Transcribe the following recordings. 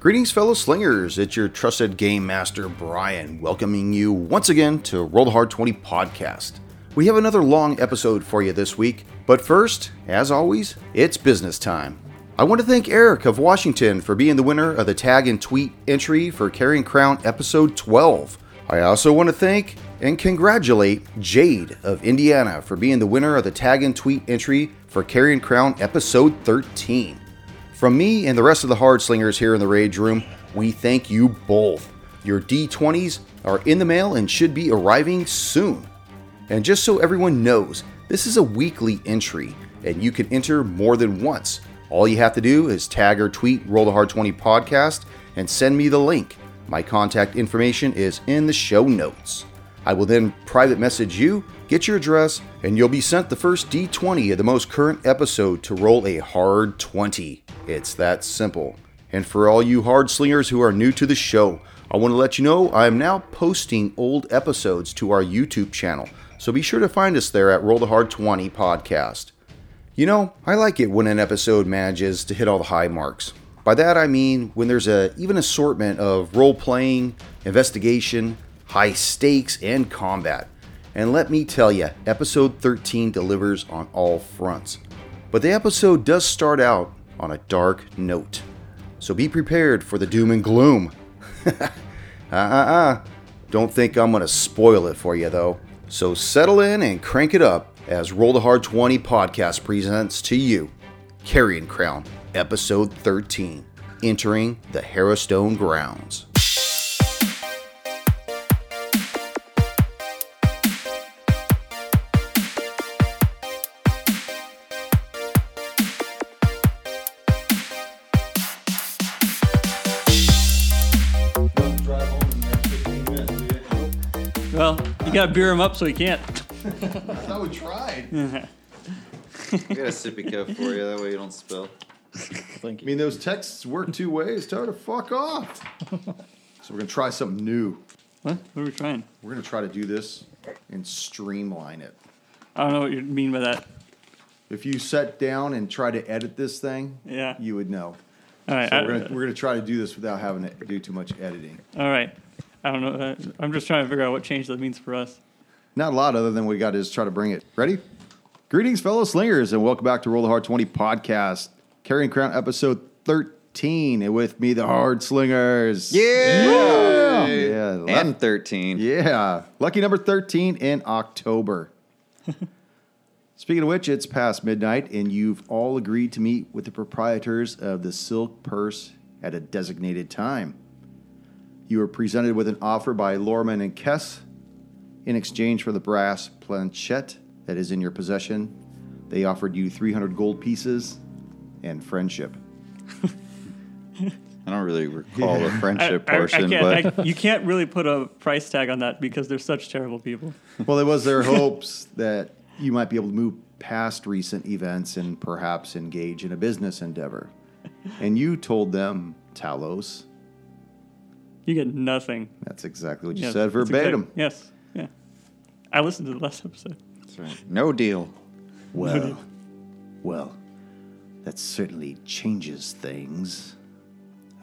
Greetings, fellow slingers. It's your trusted game master, Brian, welcoming you once again to Roll the Hard 20 podcast. We have another long episode for you this week, but first, as always, it's business time. I want to thank Eric of Washington for being the winner of the tag and tweet entry for Carrying Crown episode 12. I also want to thank and congratulate Jade of Indiana for being the winner of the tag and tweet entry for Carrying Crown episode 13. From me and the rest of the hard slingers here in the Rage Room, we thank you both. Your D20s are in the mail and should be arriving soon. And just so everyone knows, this is a weekly entry, and you can enter more than once. All you have to do is tag or tweet Roll the Hard 20 podcast and send me the link. My contact information is in the show notes. I will then private message you, get your address, and you'll be sent the first D20 of the most current episode to roll a hard 20. It's that simple. And for all you hard slingers who are new to the show, I want to let you know I am now posting old episodes to our YouTube channel, so be sure to find us there at Roll the Hard 20 podcast. You know, I like it when an episode manages to hit all the high marks. By that I mean when there's a even assortment of role playing, investigation, high stakes, and combat. And let me tell you, episode 13 delivers on all fronts. But the episode does start out on a dark note. So be prepared for the doom and gloom. Uh-uh-uh. Don't think I'm going to spoil it for you, though. So settle in and crank it up as Roll the Hard 20 podcast presents to you Carrion Crown, Episode 13, Entering the Harrowstone Grounds. drive home in the next 15 minutes, do you? Well, you gotta beer him up so he can't. I would try. I got a sippy cup for you. That way you don't spill. I mean, those texts work two ways. Tell her to fuck off. so we're going to try something new. What? What are we trying? We're going to try to do this and streamline it. I don't know what you mean by that. If you sat down and tried to edit this thing, Yeah. you would know. All right. So I, we're gonna, we're gonna try to do this without having to do too much editing. all right. I don't know. uh, I'm just trying to figure out what change that means for us. Not a lot other than we got to just try to bring it. Ready? Greetings, fellow slingers, and welcome back to Roll the Hard 20 podcast, Carrying Crown episode 13. And with me, the Hard Slingers. Yeah. Yeah. lu- And 13. yeah. Lucky number 13 in October. Speaking of which, it's past midnight, and you've all agreed to meet with the proprietors of the Silk Purse at a designated time. You were presented with an offer by Lorman and Kess in exchange for the brass planchette that is in your possession. They offered you 300 gold pieces and friendship. I don't really recall the I, friendship I- I portion, can't, but I- you can't really put a price tag on that because they're such terrible people. Well, it was their hopes that you might be able to move past recent events and perhaps engage in a business endeavor. And you told them, Talos. You get nothing. That's exactly what you Yeah, said that's verbatim. exact- yes. Yeah. I listened to the last episode. That's right. no deal. Well, well, that certainly changes things.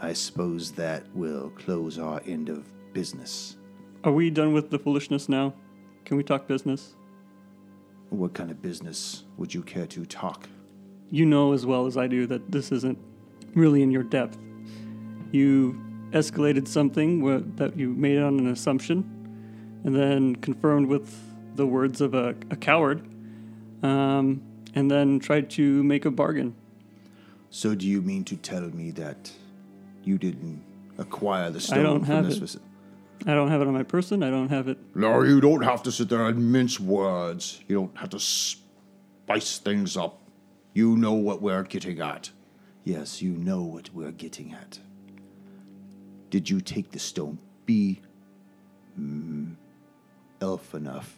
I suppose that will close our end of business. Are we done with the foolishness now? Can we talk business? What kind of business would you care to talk? you know as well as I do that this isn't really in your depth. You escalated something where, that you made on an assumption and then confirmed with the words of a, a coward um, and then tried to make a bargain. So, do you mean to tell me that you didn't acquire the stone don't from have this it. visit? I don't have it on my person. I don't have it. No, you don't have to sit there and mince words. You don't have to spice things up. You know what we're getting at. Yes, you know what we're getting at. Did you take the stone? Be mm, elf enough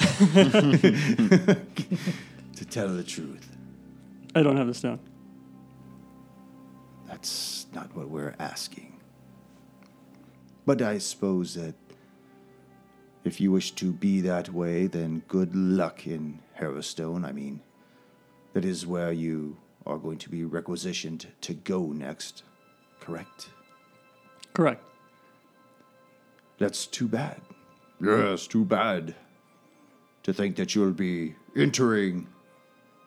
to tell the truth. I don't have the stone. That's not what we're asking. But I suppose that if you wish to be that way, then good luck in Harrowstone. I mean, that is where you are going to be requisitioned to go next, correct? Correct. That's too bad. Yes, too bad. To think that you'll be entering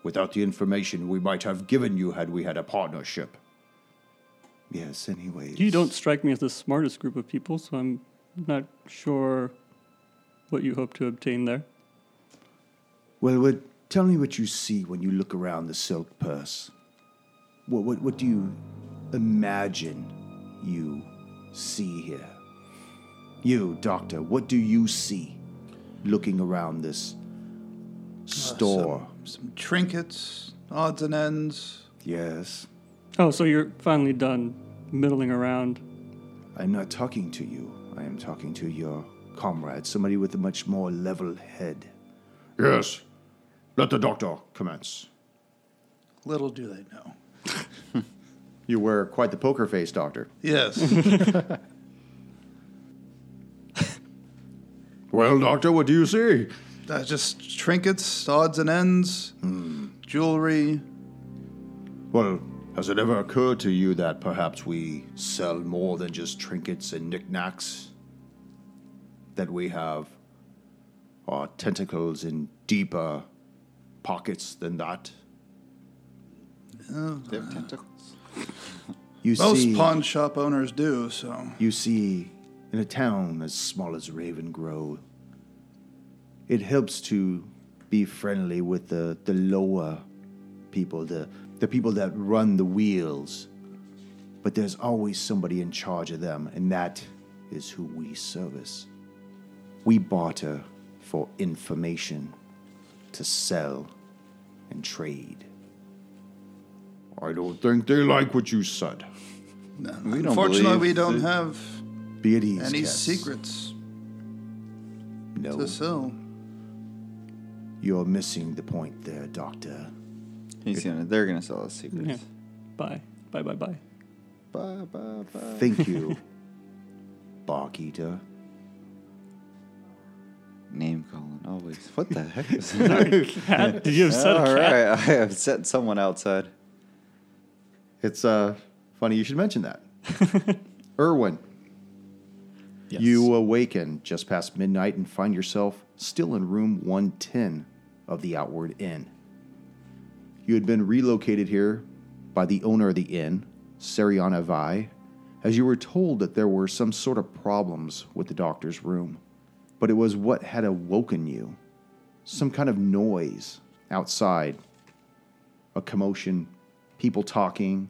without the information we might have given you had we had a partnership. Yes, anyways. You don't strike me as the smartest group of people, so I'm not sure what you hope to obtain there. Well, what, tell me what you see when you look around the silk purse. What, what, what do you imagine you see here? You, Doctor, what do you see looking around this store? Some trinkets, odds and ends. Yes. Oh, so you're finally done middling around. I'm not talking to you. I am talking to your comrade, somebody with a much more level head. Yes. Let the doctor commence. Little do they know. You wear quite the poker face, Doctor. Yes. Well, Doctor, what do you see? uh, just trinkets, odds and ends, jewelry. Well, has it ever occurred to you that perhaps we sell more than just trinkets and knickknacks? That we have our tentacles in deeper pockets than that? They have tentacles. You Most see, pawn shop owners do, so. you see, in a town as small as Raven Grove, it helps to be friendly with the, the lower people, the, the people that run the wheels. But there's always somebody in charge of them, and that is who we service. We barter for information to sell and trade. I don't think they like what you said. We don't Unfortunately, believe we don't that- have Be at ease. any Cass. secrets No. to sell. You're missing the point there, Doctor. He's gonna. They're gonna sell us secrets. Yeah. Bye. Bye, bye, bye. Bye, bye, bye. Thank you, Barkeeper. Name calling always. What the heck is Cat? Did you have said All a cat? right, I have set someone outside. It's uh, funny you should mention that. Erwin, you awaken just past midnight and find yourself still in room 110 of the Outward Inn. You had been relocated here by the owner of the inn, Sariana Vai, as you were told that there were some sort of problems with the doctor's room. But it was what had awoken you some kind of noise outside, a commotion, people talking,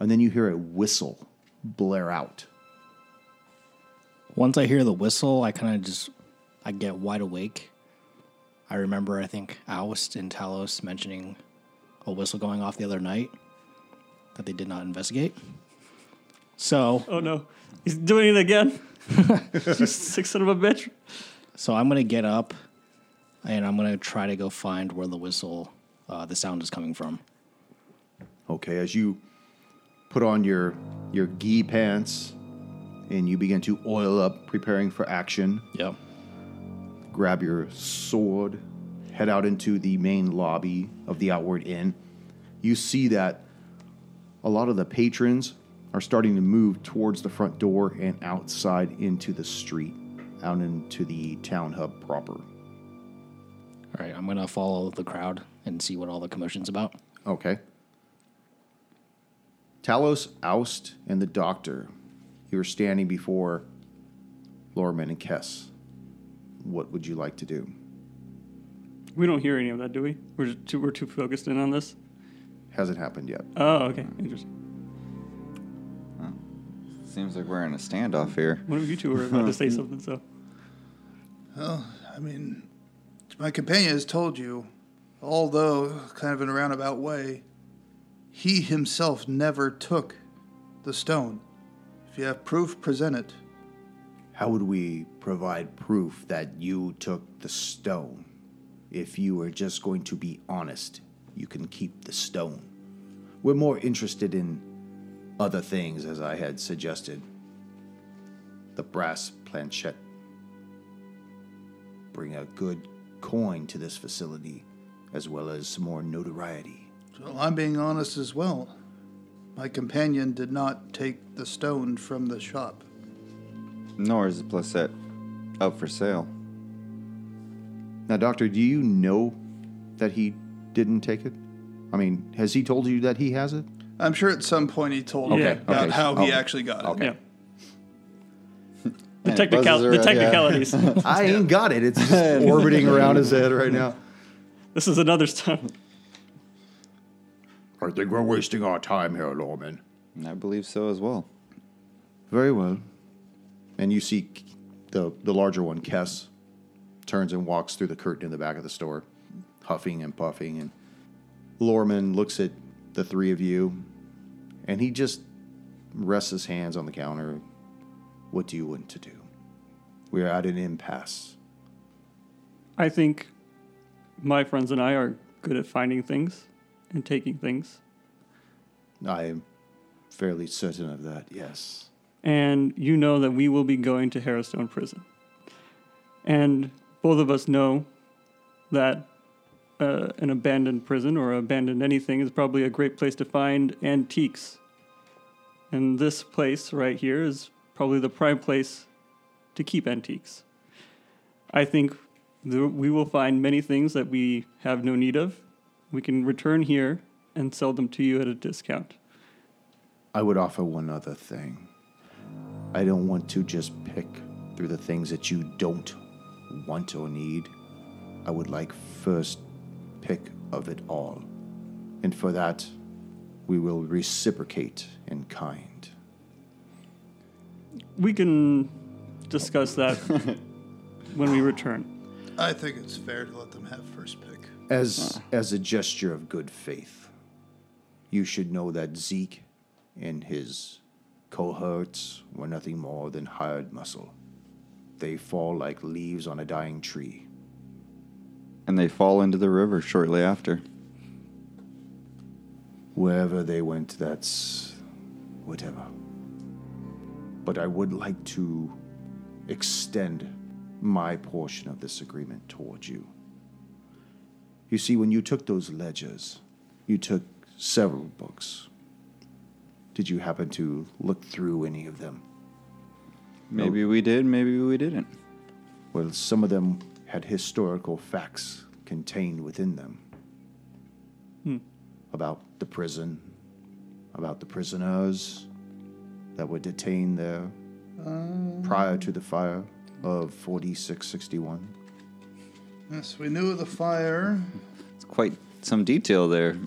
and then you hear a whistle blare out. Once I hear the whistle, I kind of just I get wide awake. I remember I think Oust and Talos mentioning a whistle going off the other night that they did not investigate. So, Oh, no. He's doing it again. you sick son of a bitch. so I'm gonna get up and I'm gonna try to go find where the whistle, uh, the sound is coming from. Okay, as you put on your your gi pants and you begin to oil up, preparing for action, Yep. grab your sword, head out into the main lobby of the Outward Inn. You see that a lot of the patrons are starting to move towards the front door and outside into the street, out into the town hub proper. All right, I'm gonna follow the crowd and see what all the commotion's about. Okay. Talos, Oust, and the Doctor. You are standing before Lorman and Kess. What would you like to do? We don't hear any of that, do we? We're too, we're too focused in on this. Hasn't happened yet. Oh, okay. Interesting. Seems like we're in a standoff here. One of you two were about to say something, so. I mean, my companion has told you, although kind of in a roundabout way, he himself never took the stone. If you have proof, present it. How would we provide proof that you took the stone? If you are just going to be honest, you can keep the stone. We're more interested in other things, as I had suggested. The brass planchette. Bring a good coin to this facility, as well as some more notoriety. Well, I'm being honest as well. My companion did not take the stone from the shop. Nor is the playset up for sale. Now, Doctor, do you know that he didn't take it? I mean, has he told you that he has it? I'm sure at some point he told me Okay, Oh. about okay, how he okay, actually got it. Yeah. The, Technical- the technicalities. I ain't got it. It's just orbiting around his head right now. this is another stone. I think we're wasting our time here, Lorman. I believe so as well. Very well. And you see K- the, the larger one, Kess, turns and walks through the curtain in the back of the store, huffing and puffing. And Lorman looks at the three of you, and he just rests his hands on the counter. What do you want to do? We're at an impasse. I think my friends and I are good at finding things and taking things. I am fairly certain of that, yes. and you know that we will be going to Harrowstone Prison. And both of us know that uh, an abandoned prison or abandoned anything is probably a great place to find antiques. And this place right here is probably the prime place to keep antiques. I think there, we will find many things that we have no need of. We can return here and sell them to you at a discount. I would offer one other thing. I don't want to just pick through the things that you don't want or need. I would like first pick of it all. And for that, we will reciprocate in kind. We can discuss that when we return. I think it's fair to let them have first pick. As as a gesture of good faith, you should know that Zeke and his cohorts were nothing more than hired muscle. They fall like leaves on a dying tree. And they fall into the river shortly after. Wherever they went, that's whatever. But I would like to extend my portion of this agreement towards you. You see, when you took those ledgers, you took several books. Did you happen to look through any of them? Oh. Maybe we did, maybe we didn't. Well, some of them had historical facts contained within them about the prison, about the prisoners that were detained there prior to the fire of 4661. Yes, we knew of the fire. It's quite some detail there.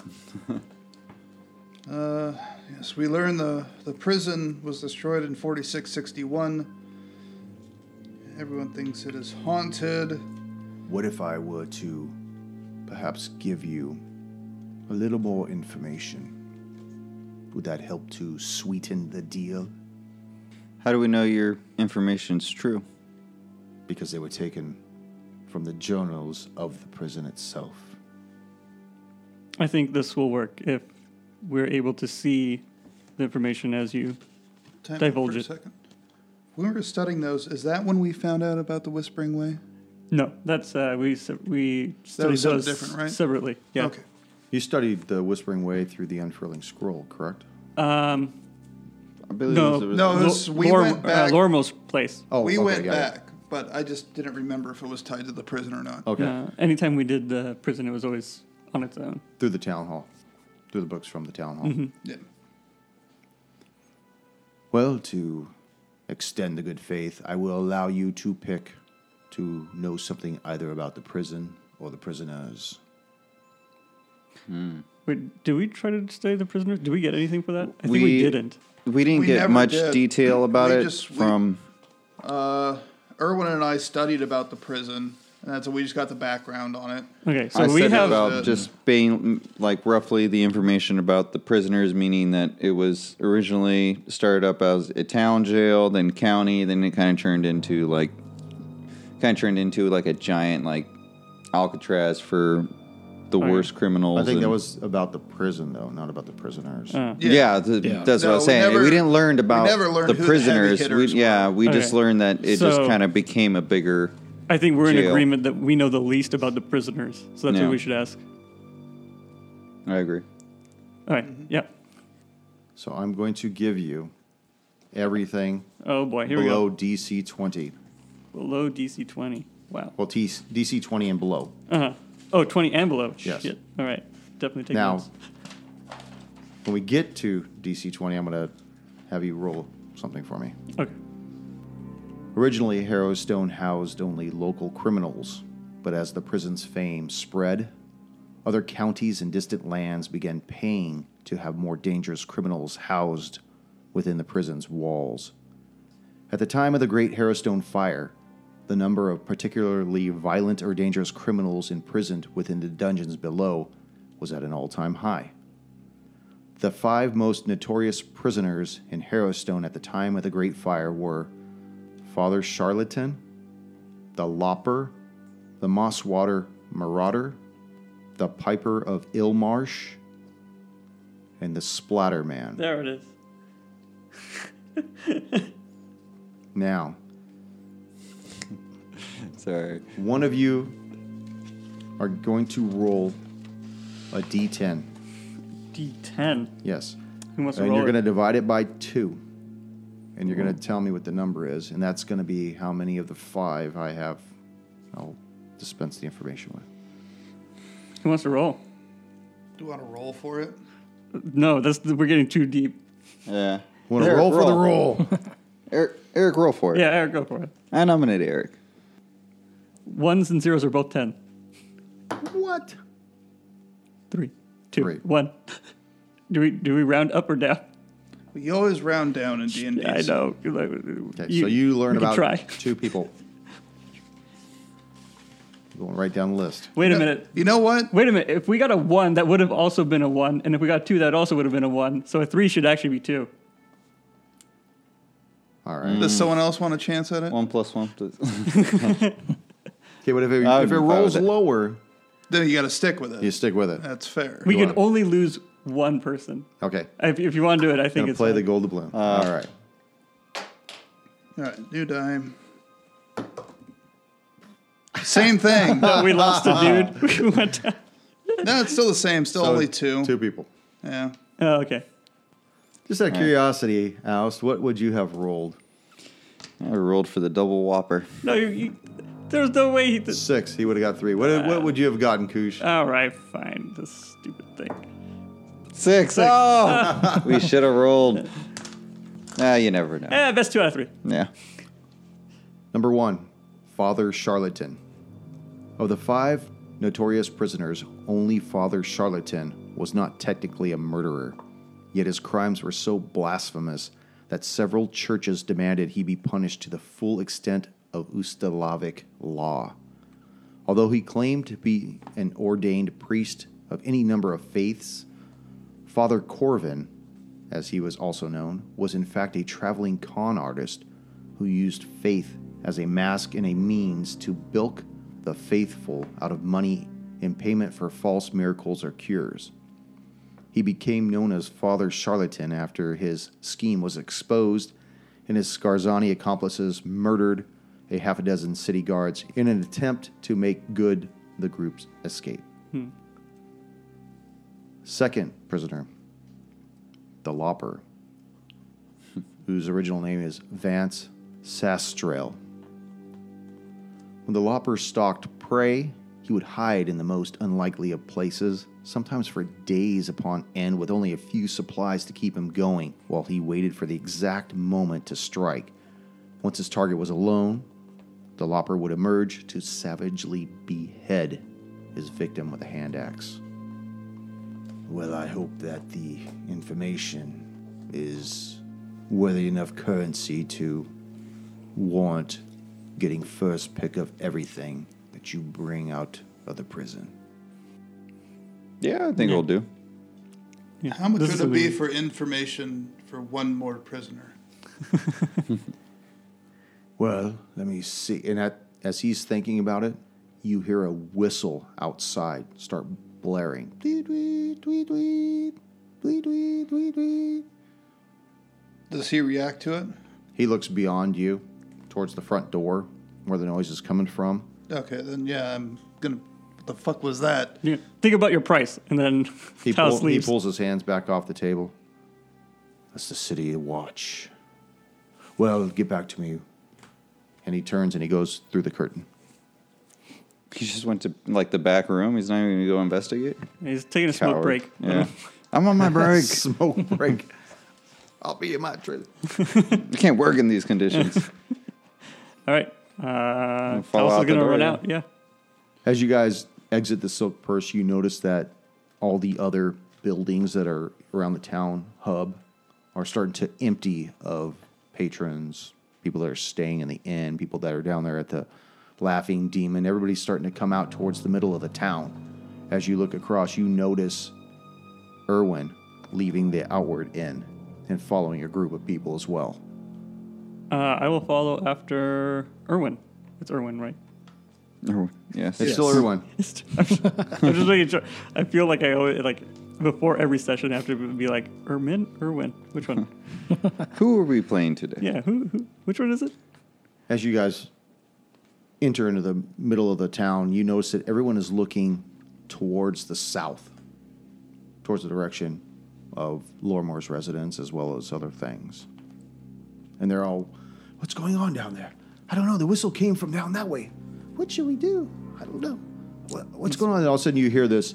Uh, yes, we learned the, the prison was destroyed in 4661. Everyone thinks it is haunted. What if I were to perhaps give you a little more information? Would that help to sweeten the deal? How do we know your information's true? because they were taken from the journals of the prison itself. I think this will work if we're able to see the information as you. Time out Divulge for a it. second. When we were studying those, is that when we found out about the Whispering Way? No, that's uh, we se- we studied was something those different, right? separately. Yeah. Okay. You studied the Whispering Way through the Unfurling Scroll, correct? Um, I believe No. there was- No, it Lo- was, we Lorm- went back. Uh, Lormo's place. Oh, we okay, went yeah, yeah. back, but I just didn't remember if it was tied to the prison or not. Okay, Uh, anytime we did the prison, it was always on its own. through the town hall, through the books from the town hall. Mm-hmm. Yeah. Well, to extend the good faith, I will allow you to pick to know something either about the prison or the prisoners. Wait, do we try to study the prisoner? Did we get anything for that? I think we, We- didn't. we didn't We get never much did. detail about We it just- we- from. Uh, Erwin and I studied about the prison, and that's we just got the background on it. Okay, so I we said have the- about just being like roughly the information about the prisoners, meaning that it was originally started up as a town jail, then county, then it kind of turned into like kind of turned into like a giant like Alcatraz for the Okay. worst criminals. I think that and- was about the prison, though, not about the prisoners. Uh. yeah, th- Yeah. that's No, what I we was saying. never- we didn't learn about never learned who the the heavy prisoners. we, hitters were. yeah, we just Okay. learned that it just So- kind of became a bigger. I think we're in jail. agreement that we know the least about the prisoners, so that's Yeah. what we should ask. I agree. All right, yeah. So I'm going to give you everything Oh boy, here below we DC 20. go. Below DC 20. Wow. Well, T- DC 20 and below. Uh huh. Oh, 20 and below. Yes. Shit. All right. Definitely take Now- notes. When we get to DC 20, I'm going to have you roll something for me. Okay. Originally, Harrowstone housed only local criminals, but as the prison's fame spread, other counties and distant lands began paying to have more dangerous criminals housed within the prison's walls. At the time of the Great Harrowstone Fire, the number of particularly violent or dangerous criminals imprisoned within the dungeons below was at an all time high. The five most notorious prisoners in Harrowstone at the time of the Great Fire were Father Charlatan, the Lopper, the Mosswater Marauder, the Piper of Illmarsh, and the Splatterman. There it is. Now, Sorry. one of you are going to roll a d10. D10. Yes. Who wants to and roll you're it? going to divide it Mm-hmm. by two. And you're going to tell me what the number is. And that's going to be how many of the five I have. I'll dispense the information with. Who wants to roll? Do you want to roll for it? No, that's we're getting too deep. Yeah. Want to Eric, roll for the roll? Eric, Eric, roll for it. Yeah, Eric, go for it. I nominate Eric. Ones and zeros are both 10. what? Three, two, Three. one. Do we do we round up or down? You always round down in D and D. Yeah, I know. Okay, so you learn we can about try. two people. Going right down the list. Wait a minute. You know what? Wait a minute. If we got a one, that would have also been a one, and if we got two, that also would have been a one. So a three should actually be two. All right. Does someone else want a chance at it? One plus one. Plus. Okay, but if it, I would if it be fine rolls with it. lower, then you got to stick with it. you stick with it. That's fair. We Go can on. only lose one person. Okay. If, if you want to do it, I think Gonna it's play the fine. gold doubloon. All right. All right, new dime. Same thing. no, We lost a dude. we went down. it's still the same. Still only two. Two people. Yeah. Oh, okay. Just out of curiosity, Oust, what would you have rolled? I rolled for the double whopper. No, you, you, there's no way he. Did. Six. He would have got three. What, what would you have gotten, Koosh? All right, fine. This stupid thing. Six. Oh, we should have rolled. Ah, you never know. Eh, best two out of three. Yeah. Number one, Father Charlatan. Of the five notorious prisoners, only Father Charlatan was not technically a murderer, yet his crimes were so blasphemous that several churches demanded he be punished to the full extent of Ustalavic law. Although he claimed to be an ordained priest of any number of faiths, Father Corvin, as he was also known, was in fact a traveling con artist who used faith as a mask and a means to bilk the faithful out of money in payment for false miracles or cures. He became known as Father Charlatan after his scheme was exposed and his Scarzani accomplices murdered a half a dozen city guards in an attempt to make good the group's escape. Second prisoner, the Lopper, whose original name is Vance Sastrell. When the Lopper stalked prey, he would hide in the most unlikely of places, sometimes for days upon end, with only a few supplies to keep him going, while he waited for the exact moment to strike. Once his target was alone, the Lopper would emerge to savagely behead his victim with a hand axe. Well, I hope that the information is worthy enough currency to warrant getting first pick of everything that you bring out of the prison. Yeah, I think we'll do. How much This would is it be a- for information for one more prisoner? Well, let me see. And at, as he's thinking about it, you hear a whistle outside start blaring. Tweet, tweet, tweet, tweet, tweet, tweet, tweet, tweet. Does he react to it? He looks beyond you towards the front door where the noise is coming from. Okay, then yeah, I'm gonna. What the fuck was that? You- Think about your price, and then He, Taos pull- he leaves. pulls his hands back off the table. That's the city to watch. Well, get back to me. And he turns and he goes through the curtain. He just went to like the back room. He's not even gonna go investigate. He's taking a smoke Coward. break. Yeah. I'm on my break. Smoke break. I'll be in my trailer. You can't work in these conditions. All right. Uh, fall Alice is out the going to door, run yeah. out. Yeah. As you guys exit the Silk Purse, you notice that all the other buildings that are around the town hub are starting to empty of patrons, people that are staying in the inn, people that are down there at the Laughing Demon. Everybody's starting to come out towards the middle of the town. As you look across, you notice Irwin leaving the outward inn and following a group of people as well. Uh, I will follow after Erwin. It's Erwin, right? Or- yes. It's still Irwin. I'm just making sure. I feel like I always like before every session after it would be like Erwin, Erwin. Which one? Hmm. Who are we playing today? yeah. Who, who? Which one is it? As you guys enter into the middle of the town, you notice that everyone is looking towards the south, towards the direction of Lormore's residence, as well as other things. And they're all, What's going on down there? I don't know. The whistle came from down that way. What should we do? I don't know. What, what's going on? And all of a sudden, you hear this,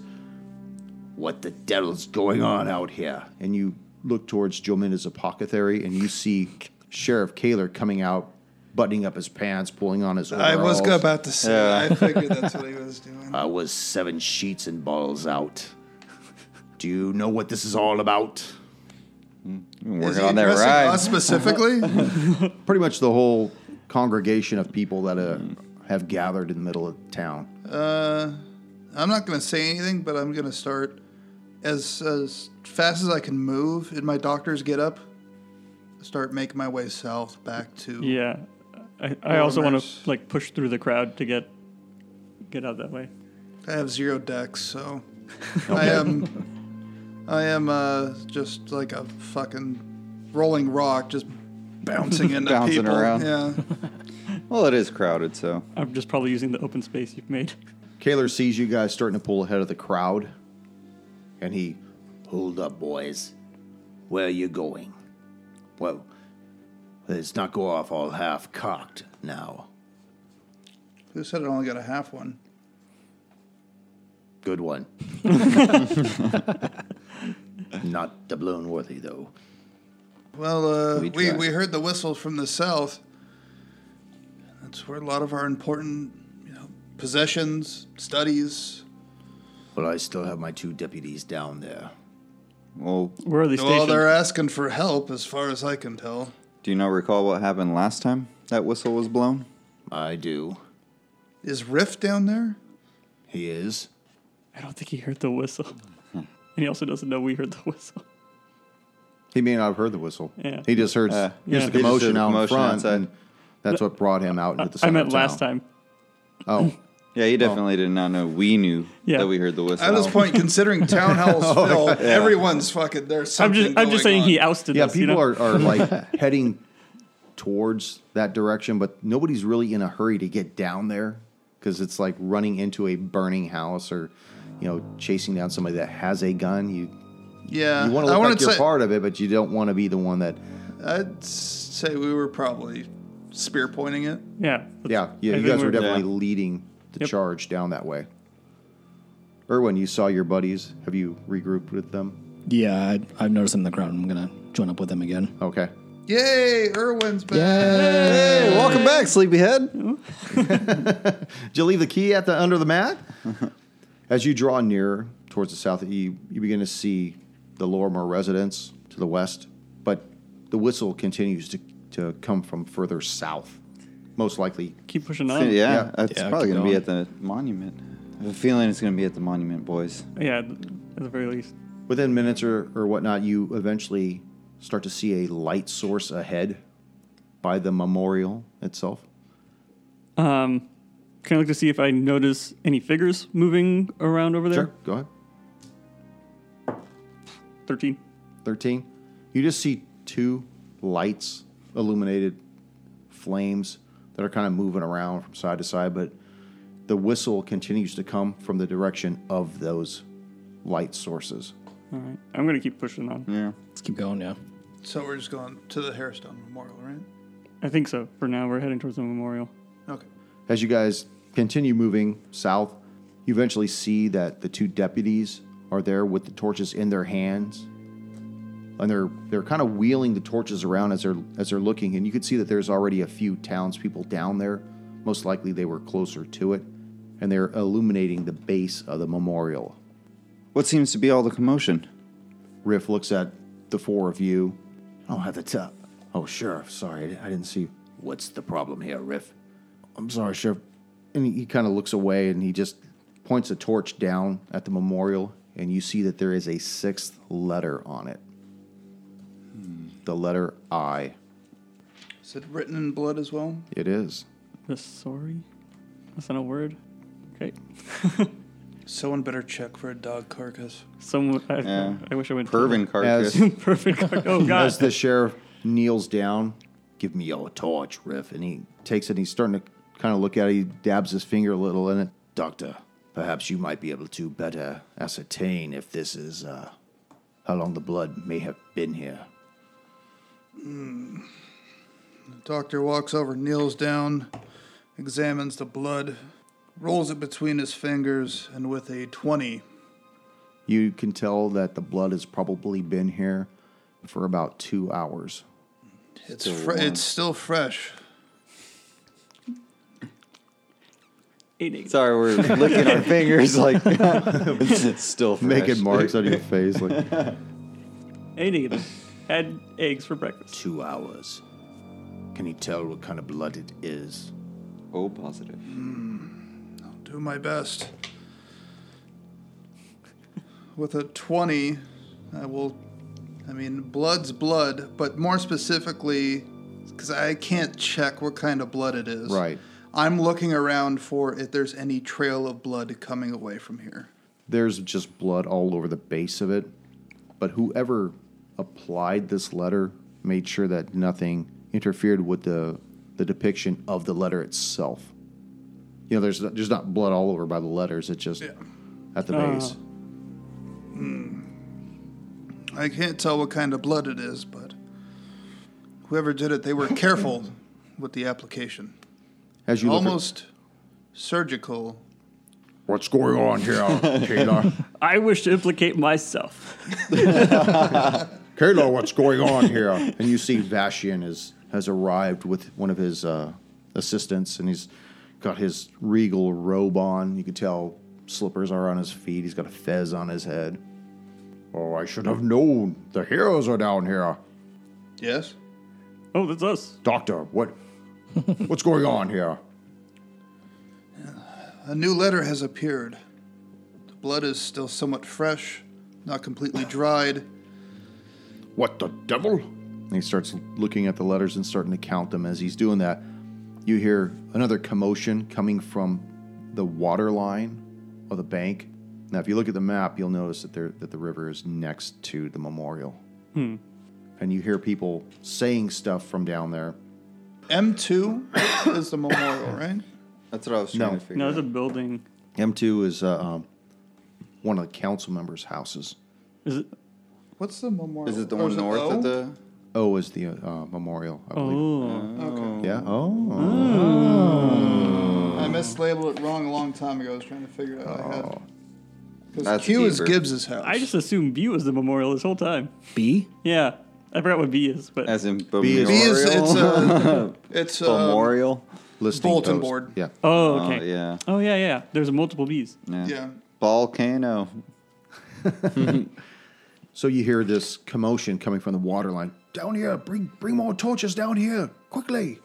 What the devil's going on out here? And you look towards Jominda's apothecary, and you see Sheriff Kaler coming out. Buttoning up his pants, pulling on his. I was overalls. about to say. I figured that's what he was doing. I was seven sheets and balls out. Do you know what this is all about? You've been Is working he on that addressing ride. us specifically? Pretty much the whole congregation of people that uh, have gathered in the middle of town. Uh, I'm not going to say anything, but I'm going to start as as fast as I can move in my doctor's get up. Start making my way south back to. Yeah. I, I also want Erwin's. to like push through the crowd to get get out that way. I have zero decks, so I am I am uh, just like a fucking rolling rock, just bouncing into Bouncing people. around. Yeah, Well, it is crowded, so I'm just probably using the open space you've made. Kaler sees you guys starting to pull ahead of the crowd, and he, Hold up, boys. Where are you going? Well, let's not go off all half cocked now. who said it only got a half one? Good one. not doubloon worthy, though. Well, uh, We we, we, tried. heard the whistle from the south. That's where a lot of our important you know, possessions, studies. But I still have my two deputies down there. well, Where are they Well, stationed? they're asking for help, as far as I can tell. do you not recall what happened last time that whistle was blown? I do. Is Rift down there? He is. I don't think he heard the whistle. Hmm. And he also doesn't know we heard the whistle. he may not have heard the whistle. Yeah. He just heard Yeah. here's the Yeah. He just heard commotion the out commotion in front. outside. And that's what brought him out into the I center meant of last town. time. Oh, Yeah, he definitely did not know. We knew Yeah. that we heard the whistle. At this point, considering Town Hall's Fiddle, everyone's fucking there's Oh, I'm something. just I'm just saying going he on. ousted yeah, us. people you know? are, are like heading towards that direction, but nobody's really in a hurry to get down there because it's like running into a burning house or you know chasing down somebody that has a gun. You Yeah, you want to I look wanna like you're say- part of it, but you don't want to be the one that I'd s- say we were probably spear pointing it. Yeah. yeah yeah. I You think guys were we're- definitely Yeah. leading the Yep. charge down that way. Erwin, you saw your buddies. Have you regrouped with them? Yeah, I, I've noticed them in the crowd. I'm gonna join up with them again. Okay. Yay, Irwin's back. hey, welcome back, sleepyhead. Did you leave the key at the under the mat? As you draw nearer towards the south, you, you begin to see the Lorimer residence to the west, but the whistle continues to, to come from further south, most likely. Keep pushing Yeah, on. that's Yeah, probably keep gonna be at the monument. I have a feeling it's gonna be at the monument, boys. Yeah, at the very least. Within minutes or, or whatnot, you eventually start to see a light source ahead by the memorial itself. Um, can I look to see if I notice any figures moving around over there? Sure, go ahead. 13. 13 you just see two lights illuminated flames that are kind of moving around from side to side but the whistle continues to come from the direction of those light sources All right. I'm going to keep pushing on. Yeah. Let's keep going. Yeah, So we're just going to the Hairstone Memorial, right? I think so. For now, we're heading towards the memorial. Okay. As you guys continue moving south, you eventually see that the two deputies are there with the torches in their hands. And they're they're kind of wheeling the torches around as they're as they're looking, and you can see that there's already a few townspeople down there. Most likely they were closer to it, and they're illuminating the base of the memorial. What seems to be all the commotion? Riff looks at the four of you. I don't have the top. Oh, Sheriff, sorry, I di- I didn't see. What's the problem here, Riff? I'm sorry, Sheriff. And he, he kind of looks away and he just points a torch down at the memorial, and you see that there is a sixth letter on it Hmm. the letter I. Is it written in blood as well? It is. The sorry? That's not a word. Okay. Someone better check for a dog carcass. Someone. I, Yeah. I wish I went. Pervin As- carcass. Perfect. card. Oh As God. the sheriff kneels down, give me your torch, Riff. And he takes it and he's starting to kind of look at it. He dabs his finger a little in it. Doctor, perhaps you might be able to better ascertain if this is uh, how long the blood may have been here. The doctor walks over, kneels down, examines the blood, rolls it between his fingers, and with a 20, You can tell that the blood has probably been here for about two hours. it's, fre- it's still fresh. Innate. Sorry, we're licking our fingers like it's still fresh. Making marks out of your face. Like, Innate. Had eggs for breakfast. two hours. Can you tell what kind of blood it is? Oh, positive. Do my best. With a 20, I will. I mean, blood's blood, but more specifically, because I can't check what kind of blood it is. Right. I'm looking around for if there's any trail of blood coming away from here. There's just blood all over the base of it. But whoever applied this letter made sure that nothing interfered with the, the depiction of the letter itself. You know, there's not, there's not blood all over by the letters. It's just at the Ah. base. I can't tell what kind of blood it is, but whoever did it, they were careful with the application. As you look at- Almost surgical. what's going on here, Kayla? I wish to implicate myself. Kayla, what's going on here? And you see Vashian is, has arrived with one of his uh, assistants, and he's got his regal robe on. You can tell slippers are on his feet. He's got a fez on his head. Oh, I should have known. The heroes are down here. Yes? Oh, that's us. Doctor, what, what's going on here? A new letter has appeared. The blood is still somewhat fresh, not completely dried. What the devil? And he starts looking at the letters and starting to count them. As he's doing that, you hear another commotion coming from the water line of the bank. Now, if you look at the map, you'll notice that, there, that the river is next to the memorial. Hmm. And you hear people saying stuff from down there. M2 is the memorial, right? That's what I was trying No. to figure No, out. it's a building. M2 is uh, um, one of the council members' houses. Is it? What's the memorial? Is it the Or one north O? of the? O is the uh, memorial, I believe. Oh, Yeah. Oh. I mislabeled it wrong a long time ago. I was trying to figure it out. I had. Because Oh. That's Q is deeper. Gibbs's house. I just assumed B was the memorial this whole time. B? Yeah, I forgot what B is, but As in is- memorial. B is it's um, a it's a memorial. Listing Bulletin post. board. Yeah. oh, Oh okay. yeah. Oh yeah, yeah. There's multiple B's. yeah. yeah. Volcano. So you hear this commotion coming from the water line. Down here, bring bring more torches down here, quickly.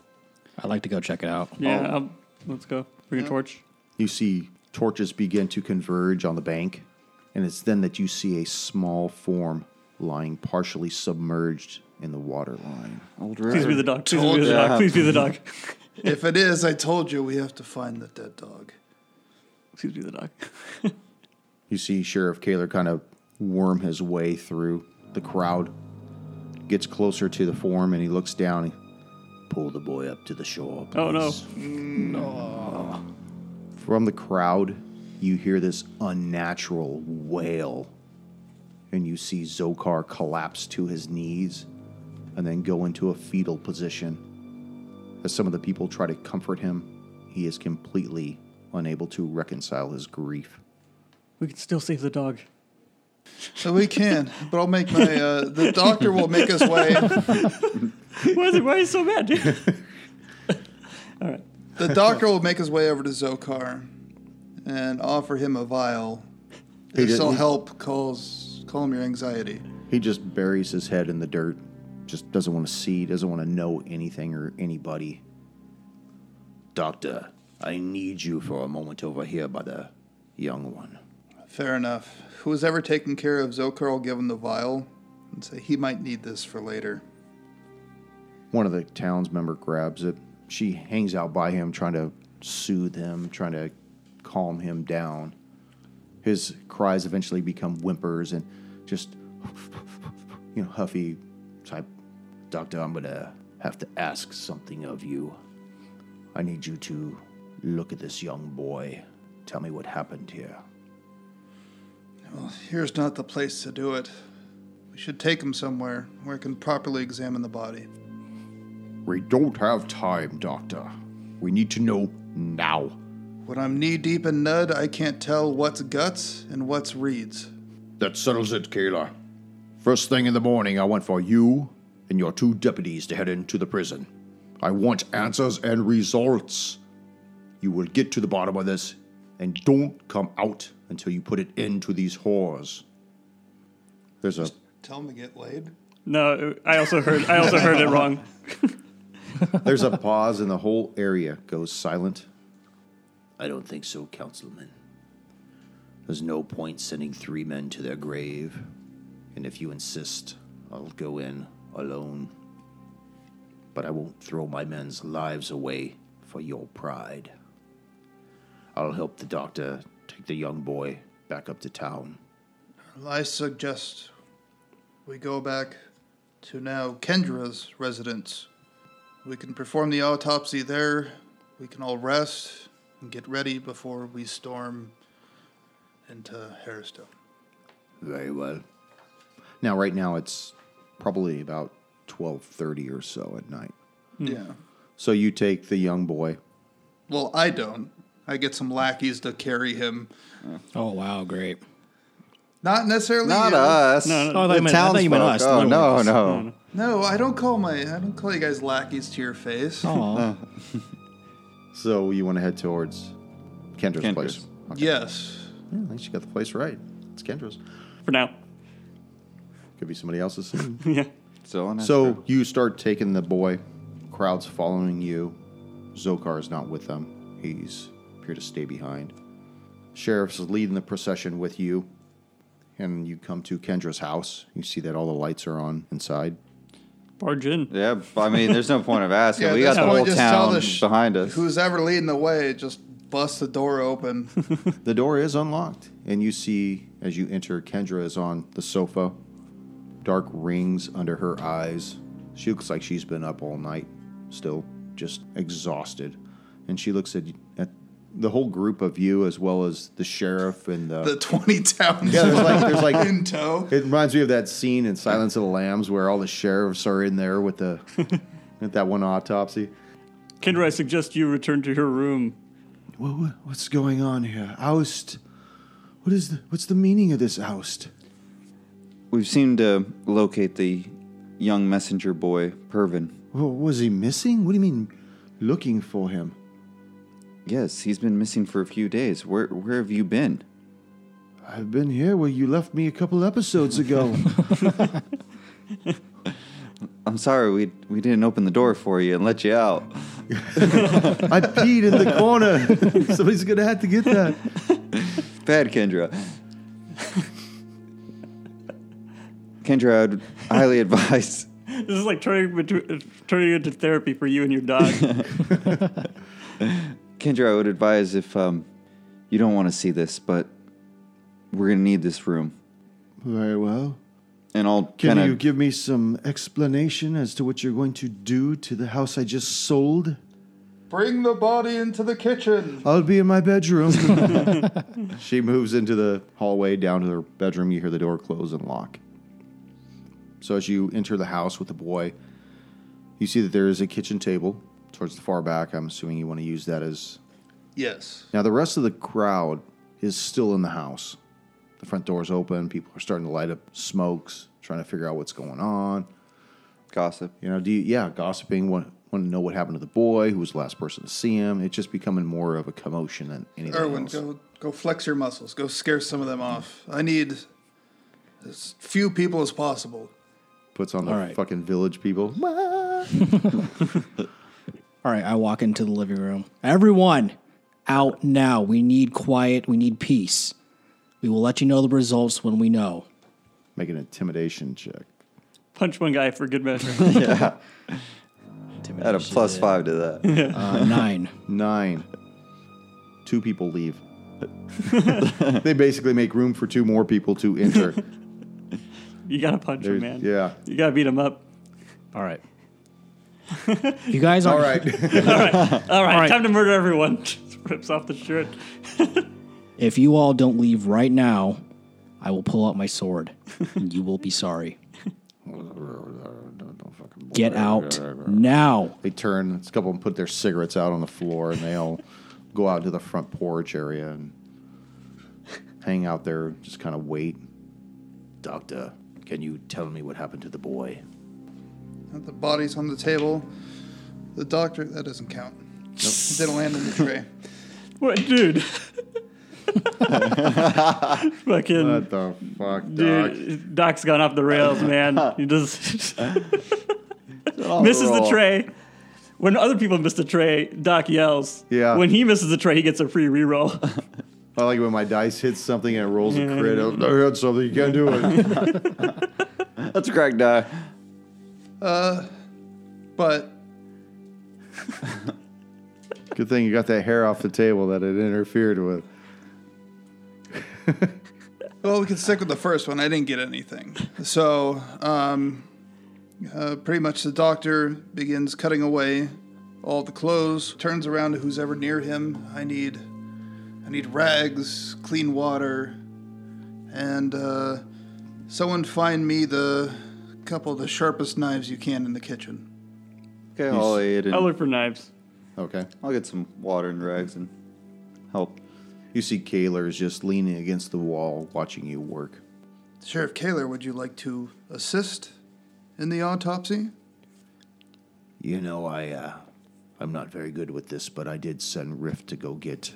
I'd like to go check it out. Yeah. Um, let's go. Bring a torch. You see torches begin to converge on the bank, and it's then that you see a small form lying partially submerged in the water line. Old Please be river. the dog. Please be the dog. ya. Please be the dog. If it is, I told you we have to find the dead dog. Please be the dog. You see Sheriff Kaler kind of worm his way through the crowd, gets closer to the form, and he looks down. Pull the boy up to the shore. Oh no. Mm. Ah. From the crowd, you hear this unnatural wail, and you see Zokar collapse to his knees, and then go into a fetal position. As some of the people try to comfort him, he is completely unable to reconcile his grief. We can still save the dog. So we can, but I'll make my. Uh, the doctor will make us wait. why, is it, why are you so mad, dude? The doctor will make his way over to Zokar and offer him a vial. He This will didn't- help calls, calm your anxiety. He just buries his head in the dirt, just doesn't want to see, doesn't want to know anything or anybody. Doctor, I need you for a moment over here by the young one. Fair enough. Who's ever taking care of Zokar will give him the vial and say he might need this for later. One of the townsmember grabs it. She hangs out by him, trying to soothe him, trying to calm him down. His cries eventually become whimpers and just, you know, huffy type. Doctor, I'm gonna have to ask something of you. I need you to look at this young boy. Tell me what happened here. Here's not the place to do it. We should take him somewhere where I can properly examine the body. We don't have time, Doctor. We need to know now. When I'm knee deep in Nud, I can't tell what's guts and what's reeds. That settles it, Kayla. First thing in the morning, I want for you and your two deputies to head into the prison. I want answers and results. You will get to the bottom of this, and don't come out until you put an end to these whores. There's a Tell him to get laid. No, I also heard. I also heard it wrong. there's a pause, and the whole area goes silent. I don't think so, Councilman. There's no point sending three men to their grave. And if you insist, I'll go in alone. But I won't throw my men's lives away for your pride. I'll help the doctor take the young boy back up to town. I suggest we go back to now Kendra's residence. We can perform the autopsy there. We can all rest and get ready before we storm into Harrowstone. Very well. Now, right now, it's probably about 12:30 or so at night. Yeah. So you take the young boy. Well, I don't. I get some lackeys to carry him. Oh wow, great. Not necessarily. Not you. us. No, no, Oh, I thought you meant- I thought you meant townsfolk. us, Oh, no, literally no. No, I don't call my. I don't call you guys lackeys to your face. Oh, So you want to head towards Kendra's, place. Oh, Kendra's. Yes. Yeah, at least you got the place right. It's Kendra's. For now, Could be somebody else's. yeah. So, on us, so bro. you start taking the boy. Crowds following you. Zokar is not with them. He's here to stay behind. Sheriff's leading the procession with you. And you come to Kendra's house. You see that all the lights are on inside. Barge in. yeah, I mean, there's no point of asking. Yeah, at we got this the point, whole just tell town the sh- behind us. Who's ever leading the way? Just bust the door open. The door is unlocked. And you see, as you enter, Kendra is on the sofa. Dark rings under her eyes. She looks like she's been up all night, still just exhausted. And she looks at, at the whole group of you, as well as the sheriff and the. the twenty towns. yeah, there's like, there's like in tow. it reminds me of that scene in Silence of the Lambs where all the sheriffs are in there with the with that one autopsy. Kendra, I suggest you return to your room. What, what, what's going on here? Oust. What is the, what's the meaning of this oust? We've seemed to locate the young messenger boy, Pervin. Well, was he missing? What do you mean, looking for him? Yes, he's been missing for a few days. Where where have you been? I've been here where you left me a couple episodes ago. I'm sorry, we we didn't open the door for you and let you out. I peed in the corner. Somebody's gonna have to get that. Bad Kendra. Kendra, I'd highly advise. This is like turning between, turning into therapy for you and your dog. Kendra, I would advise if um, you don't want to see this, but we're gonna need this room, Very well. and I'll Can kind you of give me some explanation as to what you're going to do to the house I just sold? Bring the body into the kitchen. I'll be in my bedroom. she moves into the hallway down to her bedroom. You hear the door close and lock. So as you enter the house with the boy, You see that there is a kitchen table towards the far back. I'm assuming you want to use that as. Yes. Now, the rest of the crowd is still in the house. The front door's open. People are starting to light up smokes, trying to figure out what's going on. Gossip. You know, do you, yeah, gossiping, want, want to know what happened to the boy, who was the last person to see him. It's just becoming more of a commotion than anything Erwin, else. go go flex your muscles. Go scare some of them off. I need as few people as possible. Puts on the All right. fucking village people. All right, I walk into the living room. Everyone, out now. We need quiet. We need peace. We will let you know the results when we know. Make an intimidation check. Punch one guy for good measure. Add a plus five to that. Uh, nine. Nine. Two people leave. they basically make room for two more people to enter. you gotta punch him, There's- man. yeah. You gotta beat him up. All right. you guys are All right. All right, All right. time to murder everyone. Just rips off the shirt. If you all don't leave right now, I will pull out my sword. you will be sorry. Get out now. they turn. A couple of them put their cigarettes out on the floor, and they all go out to the front porch area and hang out there, just kind of wait. Doctor, can you tell me what happened to the boy? The bodies on the table. The doctor that doesn't count. It didn't land in the tray. What, dude? Fucking What the fuck, Doc? dude, Doc's gone off the rails, man. He just misses the Oh, roll. tray. When other people miss the tray, Doc yells. Yeah. When he misses the tray, he gets a free reroll. I like when my dice hits something and it rolls a crit. I hit something. You can't do it. That's a crack die. But Good thing you got that hair off the table that it interfered with. well, we can stick with the first one. I didn't get anything. So, um, uh, pretty much the doctor begins cutting away all the clothes. Turns around to who's ever near him. I need, I need rags, clean water, and uh, someone find me the couple of the sharpest knives you can in the kitchen. Okay, I'll aid and I look for knives. Okay. I'll get some water and rags and help. You see Kaler is just leaning against the wall watching you work. Sheriff Kaler, would you like to assist in the autopsy? You know, I, uh, I'm not very good with this, but I did send Rift to go get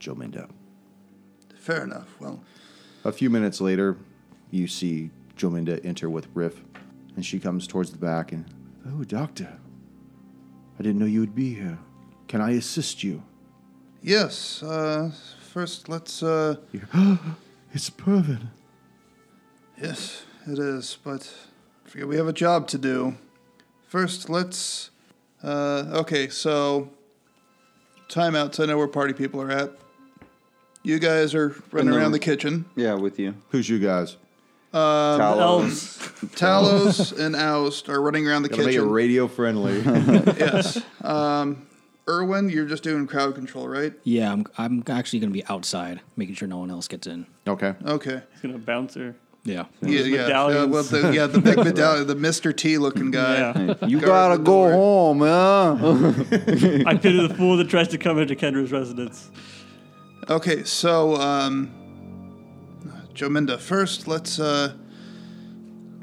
Jominda. Fair enough. Well, A few minutes later, you see Jominda enter with Riff, and she comes towards the back and, Oh, Doctor, I didn't know you would be here. Can I assist you? yes. Uh, first, let's. Uh, It's Pervin. yes, it is, but we have a job to do. First, let's. Uh, okay, so. Timeouts. I know where party people are at. You guys are running the- around the kitchen. Yeah, with you. Who's you guys? Talos. elves. Talos and Oust are running around the Gotta make it kitchen. radio friendly. yes. Um, Erwin, you're just doing crowd control, right? Yeah, I'm, I'm actually going to be outside, making sure no one else gets in. okay. Okay. He's gonna bounce her. Yeah. Yeah, yeah, yeah, medallions. well, the, yeah, the big medallion, the Mr. T looking Uh, guy. Yeah. You Guard gotta the go door. home, huh? I pity the fool that tries to come into Kendra's residence. Okay, so um, Jominda, first let's uh,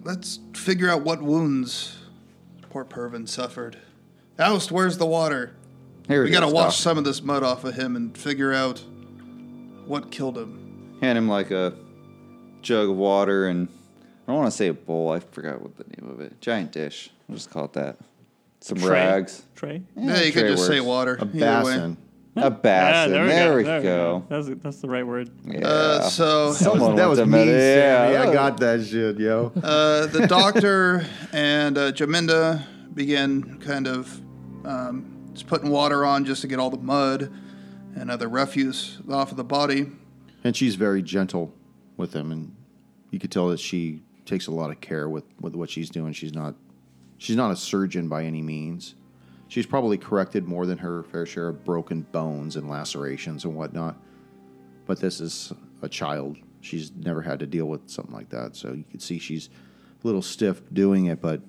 let's figure out what wounds poor Pervin suffered. Oust, where's the water? Here We it gotta is, wash Doc. some of this mud off of him and figure out what killed him. Hand him like a jug of water and I don't want to say a bowl. I forgot what the name of it. Giant dish. We'll just call it that. Some Tray. rags. Tray. Yeah, you could tray just say works. water. A either way. bassin. A basin. Yeah, there, we there go. That's that's the right word. Yeah. Uh, so Someone That was with the me, med- Sammy. yeah. I got that shit, yo. Uh, the doctor and uh, Jaminda began kind of um, just putting water on just to get all the mud and other refuse off of the body. And she's very gentle with him, and you could tell that she takes a lot of care with, with what she's doing. She's not she's not a surgeon by any means. She's probably corrected more than her fair share of broken bones and lacerations and whatnot. But this is a child. She's never had to deal with something like that. So you could see she's a little stiff doing it, but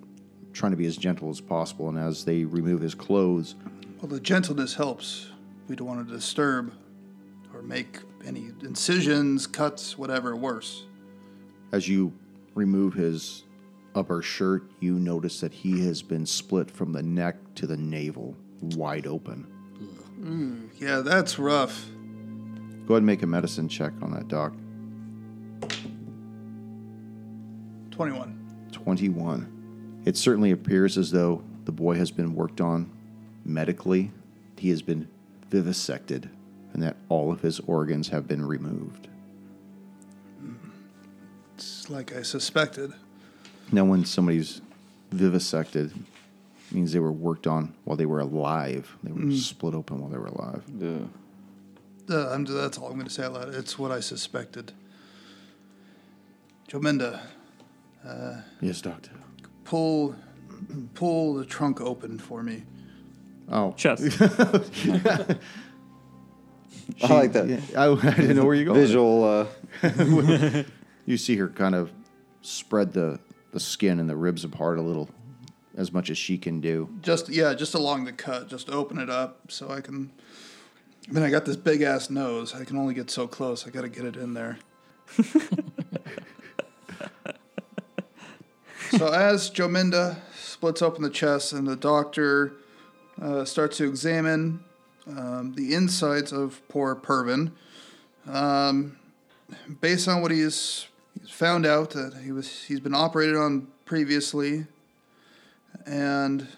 trying to be as gentle as possible. And as they remove his clothes, Well, the gentleness helps. We don't want to disturb or make any incisions, cuts, whatever worse. As you remove his upper shirt, you notice that he has been split from the neck to the navel, wide open. Yeah, that's rough. Go ahead and make a medicine check on that, Doc. 21. 21. It certainly appears as though the boy has been worked on medically. He has been vivisected, and that all of his organs have been removed. It's like I suspected. Now, when somebody's vivisected, it means they were worked on while they were alive. They were split open while they were alive. Ugh. Uh, I'm, that's all I'm going to say out loud. It's what I suspected. Jominda, Yes, Doctor. pull, pull the trunk open for me. Oh, Chest. I like that. yeah, I, I didn't know where you going. Visual. Uh, You see her kind of spread the, the skin and the ribs apart a little, as much as she can do. Just yeah, just along the cut. Just open it up so I can. I mean, I got this big ass nose. I can only get so close. I got to get it in there. so as Jominda splits open the chest and the doctor uh, starts to examine um, the insides of poor Pervin, um, based on what he's he's found out that he was he's been operated on previously and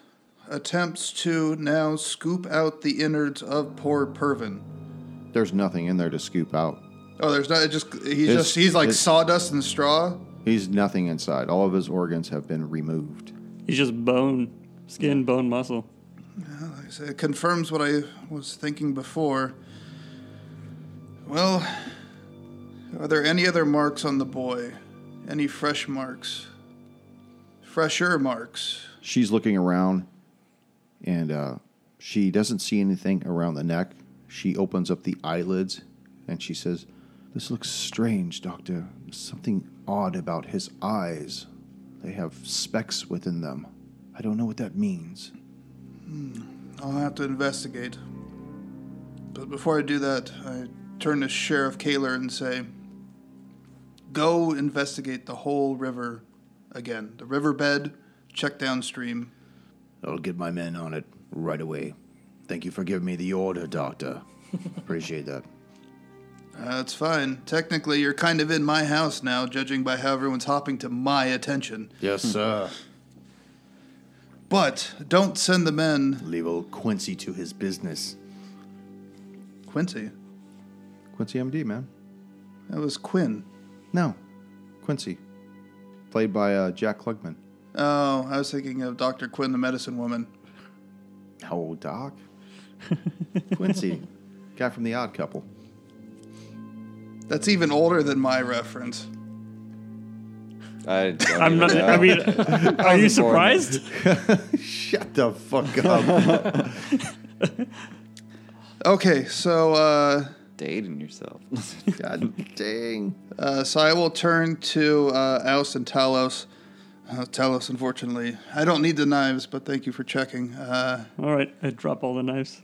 attempts to now scoop out the innards of poor Pervin. There's nothing in there to scoop out. Oh, there's not it just he's It's- just he's like it's- sawdust and straw. He's nothing inside. All of his organs have been removed. He's just bone, skin, bone, muscle. Like I said, It confirms what I was thinking before. Well, are there any other marks on the boy? Any fresh marks? Fresher marks? She's looking around and uh, she doesn't see anything around the neck. She opens up the eyelids and she says, This looks strange, Doctor. There's something odd about his eyes. They have specks within them. I don't know what that means. I'll have to investigate. But before I do that, I turn to Sheriff Kaler and say, Go investigate the whole river again. The riverbed, check downstream. I'll get my men on it right away. Thank you for giving me the order, Doctor. Appreciate that. That's fine. Technically, you're kind of in my house now, judging by how everyone's hopping to my attention. Yes, sir. But don't send the men. Leave old Quincy to his business. Quincy. Quincy MD, man. That was Quinn. No, Quincy. Played by uh, Jack Klugman. Oh, I was thinking of Dr. Quinn, the medicine woman. Oh, Doc. Quincy. Guy from The Odd Couple. That's even older than my reference. I don't I'm even not. know. I mean, are you surprised? Shut the fuck up. Okay, so uh, dating yourself. God dang. Uh, so I will turn to uh, Aus and Talos. Uh, Talos, unfortunately, I don't need the knives, but thank you for checking. Uh, All right, I drop all the knives.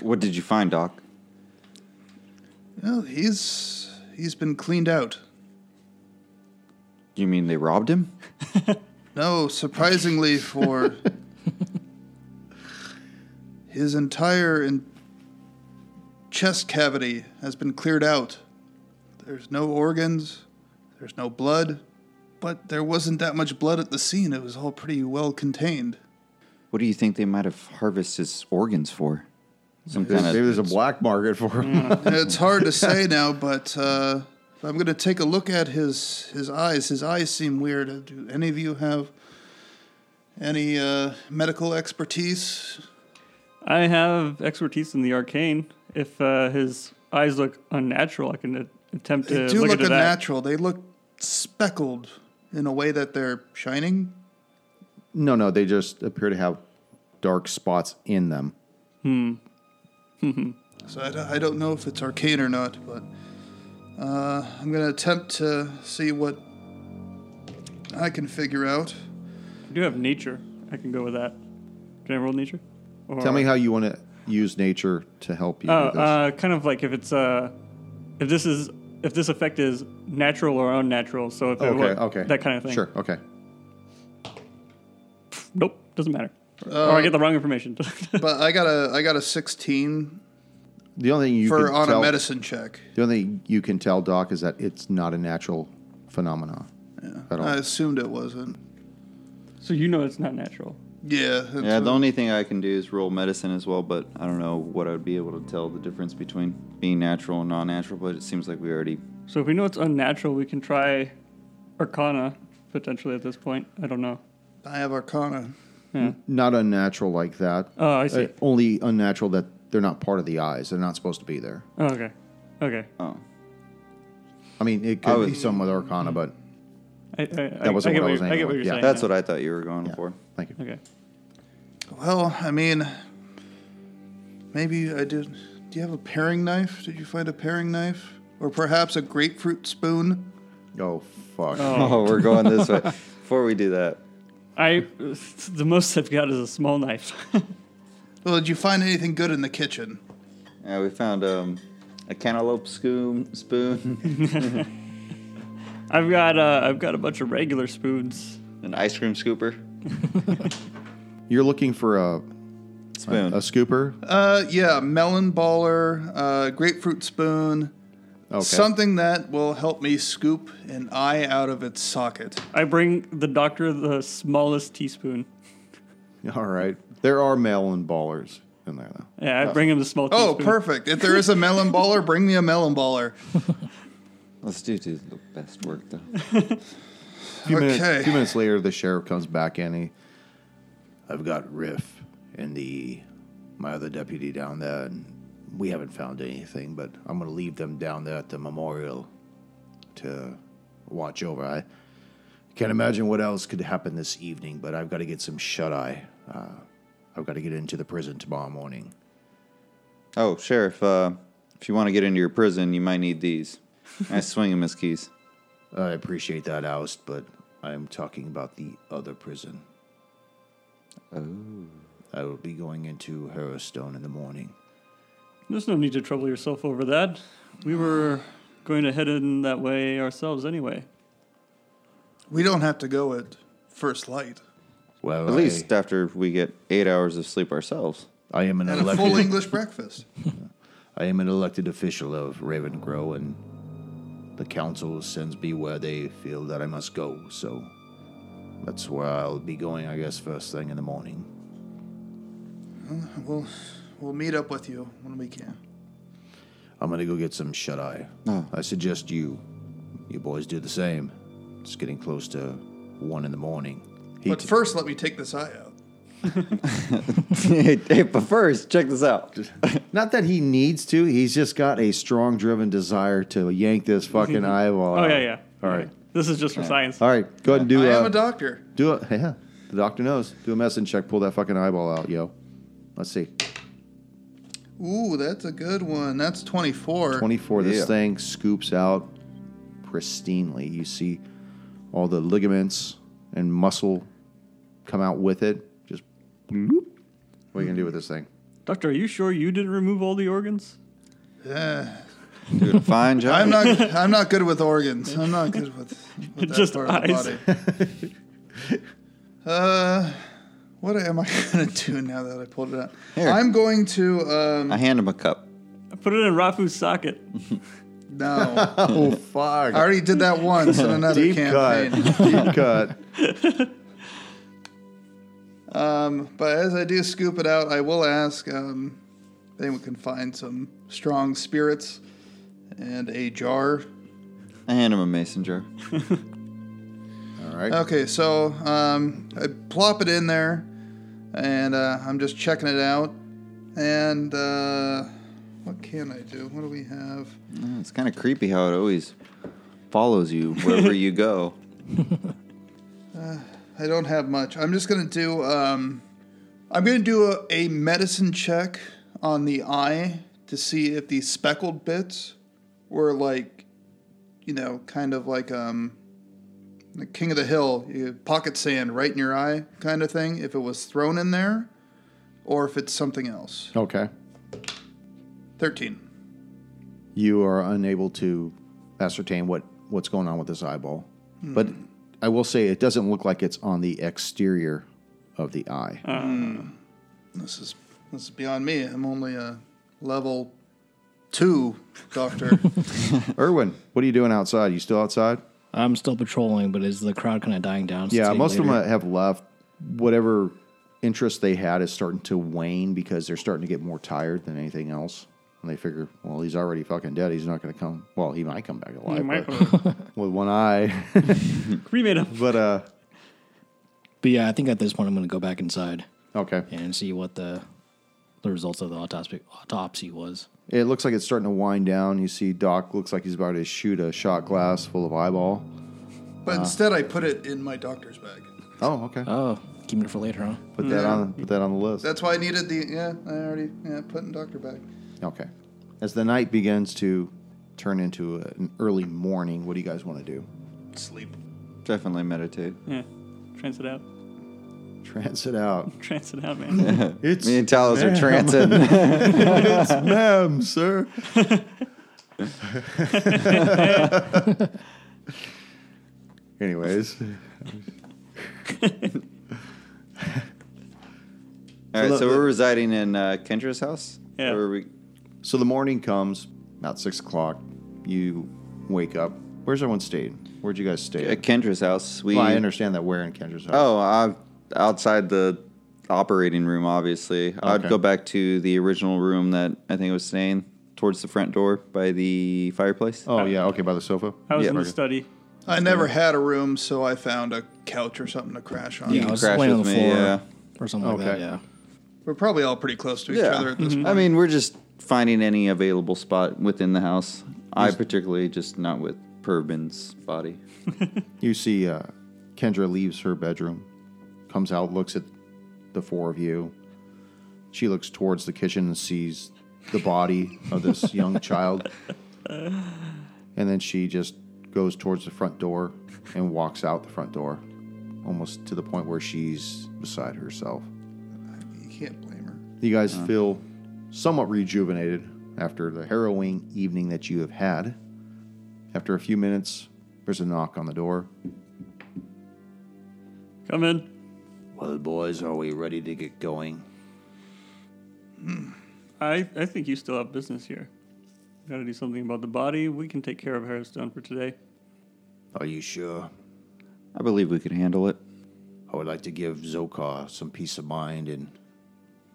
what did you find, Doc? well, he's he's been cleaned out. You mean they robbed him? No, surprisingly for his entire in- chest cavity has been cleared out. There's no organs, there's no blood, but there wasn't that much blood at the scene. It was all pretty well contained. What do you think they might have harvested his organs for? Some There's- kind of maybe there's a black market for him. Mm-hmm. it's hard to say now, but uh, I'm going to take a look at his his eyes. His eyes seem weird. Do any of you have any uh, medical expertise? I have expertise in the arcane. If uh, his eyes look unnatural, I can a- attempt They to do look, look into that. unnatural. They look speckled in a way that they're shining. No, no, they just appear to have dark spots in them. So I don't, I don't know if it's arcane or not, but uh, I'm going to attempt to see what I can figure out. do have nature. I can go with that. Can I roll nature? Or, Tell me how you want to use nature to help you. Oh, with this. uh, kind of like if it's uh, if this is if this effect is natural or unnatural. So if it okay, were, okay, that kind of thing. Sure, okay. Nope, doesn't matter. Uh, or I get the wrong information. But I got a I got a 16 The only thing you for can on tell, a medicine check. The only thing you can tell Doc is that it's not a natural phenomenon. At all. Uh, I assumed it wasn't. so you know it's not natural. Yeah. that's Yeah, the what- only thing I can do is roll medicine as well, but I don't know what I'd be able to tell the difference between being natural and non-natural. But it seems like we already So if we know it's unnatural, we can try Arcana potentially at this point. I don't know. I have Arcana. Not unnatural like that. Oh, I see. Uh, only unnatural that they're not part of the eyes. They're not supposed to be there. Oh, okay, okay. oh I mean, it I could be was- some with Arcana, but I, I, wasn't what I, I get I what, was you're- I aiming get what at. you're Yeah. saying. that's what I thought you were going yeah. for. Thank you. Okay. Well, I mean, maybe I did. Do you have a paring knife? Did you find a paring knife, or perhaps a grapefruit spoon? Oh fuck! Oh, we're going this way. Before we do that, I the most I've got is a small knife. Well, did you find anything good in the kitchen? yeah, we found um, a cantaloupe scoom, spoon, I've got uh, I've got a bunch of regular spoons. an ice cream scooper, You're looking for a spoon. a scooper. Uh, yeah, melon baller, uh, grapefruit spoon, Okay. something that will help me scoop an eye out of its socket. I bring the doctor the smallest teaspoon. All right. There are melon ballers in there though. Yeah, I bring him the small Oh, teaspoon. perfect! If there is a melon baller, bring me a melon baller. Let's do, do the best work though. A few, minutes, Okay. few minutes later, the sheriff comes back in. He, I've got Riff and the my other deputy down there, and we haven't found anything. But I'm gonna leave them down there at the memorial to watch over. I can't imagine what else could happen this evening, but I've got to get some shut eye. Uh, I've got to get into the prison tomorrow morning. Oh, sheriff, uh, if you want to get into your prison, you might need these. I swing him his keys. I appreciate that, Oust, but I'm talking about the other prison. Oh. I will be going into Harrowstone in the morning. There's no need to trouble yourself over that. We were going to head in that way ourselves anyway. We don't have to go at first light. Well, At I- least after we get eight hours of sleep ourselves. I am an And a elected. full English breakfast. I am an elected official of Ravengrow, and the council sends me where they feel that I must go. So that's where I'll be going, I guess, first thing in the morning. We'll we'll meet up with you when we can. I'm gonna go get some shut eye. Oh. I suggest you, you boys, do the same. It's getting close to one in the morning. But first, let me take this eye out. hey, hey, but first, check this out. not that he needs to, he's just got a strong, driven desire to yank this fucking eyeball. Oh out. yeah, yeah. All right, This is just for science. all right. Go ahead and do. I uh, am a doctor. Do it. Yeah. The doctor knows. Do a medicine check. Pull that fucking eyeball out, yo. Let's see. Ooh, that's a good one. That's 24. 24. Yeah. This thing scoops out pristinely. You see all the ligaments and muscle come out with it. Just bloop. What are you going to do with this thing? Doctor, are you sure you didn't remove all the organs? Yeah. Doing a fine job. I'm not I'm not good with organs. I'm not good with, with that Just part of the body. uh what am I gonna do now that I pulled it out? Here. I'm going to um I hand him a cup. I put it in Rafu's socket. no. Oh, fuck. I already did that once in another Deep cut. campaign. Deep cut. Um, but as I do scoop it out, I will ask um, if anyone can find some strong spirits and a jar. I hand him a mason jar. All right. Okay, so um, I plop it in there, and uh, I'm just checking it out. And uh, what can I do? What do we have? Mm, It's kind of creepy how it always follows you wherever you go. I don't have much. I'm just gonna do. Um, I'm gonna do a, a medicine check on the eye to see if the speckled bits were like, you know, kind of like um, the king of the hill, you pocket sand right in your eye kind of thing, if it was thrown in there or if it's something else. Okay. 13. you are unable to ascertain what, what's going on with this eyeball. But I will say it doesn't look like it's on the exterior of the eye. This is this is beyond me. I'm only a level 2 doctor. Erwin, what are you doing outside? You still outside? I'm still patrolling, but is the crowd kind of dying down? since Yeah, getting most of later? them have left. Whatever interest they had is starting to wane because they're starting to get more tired than anything else. And they figure, well, he's already fucking dead. He's not going to come. Well, he might come back alive but with one eye. cremate him. but uh, But yeah, I think at this point I'm going to go back inside okay, and see what the the results of the autopsy autopsy was. it looks like it's starting to wind down. You see, Doc looks like he's about to shoot a shot glass full of eyeball. but instead I put it in my doctor's bag. Oh, okay. Oh, keeping it for later, huh? Put that on. Put that on the list. That's why I needed the yeah, I already yeah, put in doctor bag. okay. As the night begins to turn into an early morning, what do you guys want to do? Sleep. Definitely meditate. Yeah. Trance it out. Transit out. Trance it out, man. It's Me and Talos are trancing. ma'am, sir. Anyways, All right, so we're residing in uh, Kendra's house. Yeah. Or we, so the morning comes about six o'clock. You wake up. Where's everyone staying? Where'd you guys stay? at Kendra's house. We. Well, I understand that we're in Kendra's house. Oh, i outside the operating room, obviously. I'd Okay. go back to the original room that I think I was staying towards the front door by the fireplace. Oh, yeah. Okay, by the sofa. Uh, I was Yeah, in the okay. study. I never had a room, so I found a couch or something to crash on. Yeah, I was crash laying on the with me, floor yeah. or something Okay. like that. Yeah. We're probably all pretty close to each Yeah. other at this Mm-hmm. point. Mm-hmm. I mean, we're just finding any available spot within the house. I particularly just not with Purbin's body. You see, uh, Kendra leaves her bedroom, comes out, looks at the four of you. She looks towards the kitchen and sees the body of this young child. And then she just goes towards the front door and walks out the front door, almost to the point where she's beside herself. You can't blame her. You guys feel somewhat rejuvenated after the harrowing evening that you have had. After a few minutes, there's a knock on the door. Come in. Well, boys, are we ready to get going? I, I think you still have business here. Got to do something about the body. We can take care of Harrowstone for today. Are you sure? I believe we could handle it. I would like to give Zokar some peace of mind and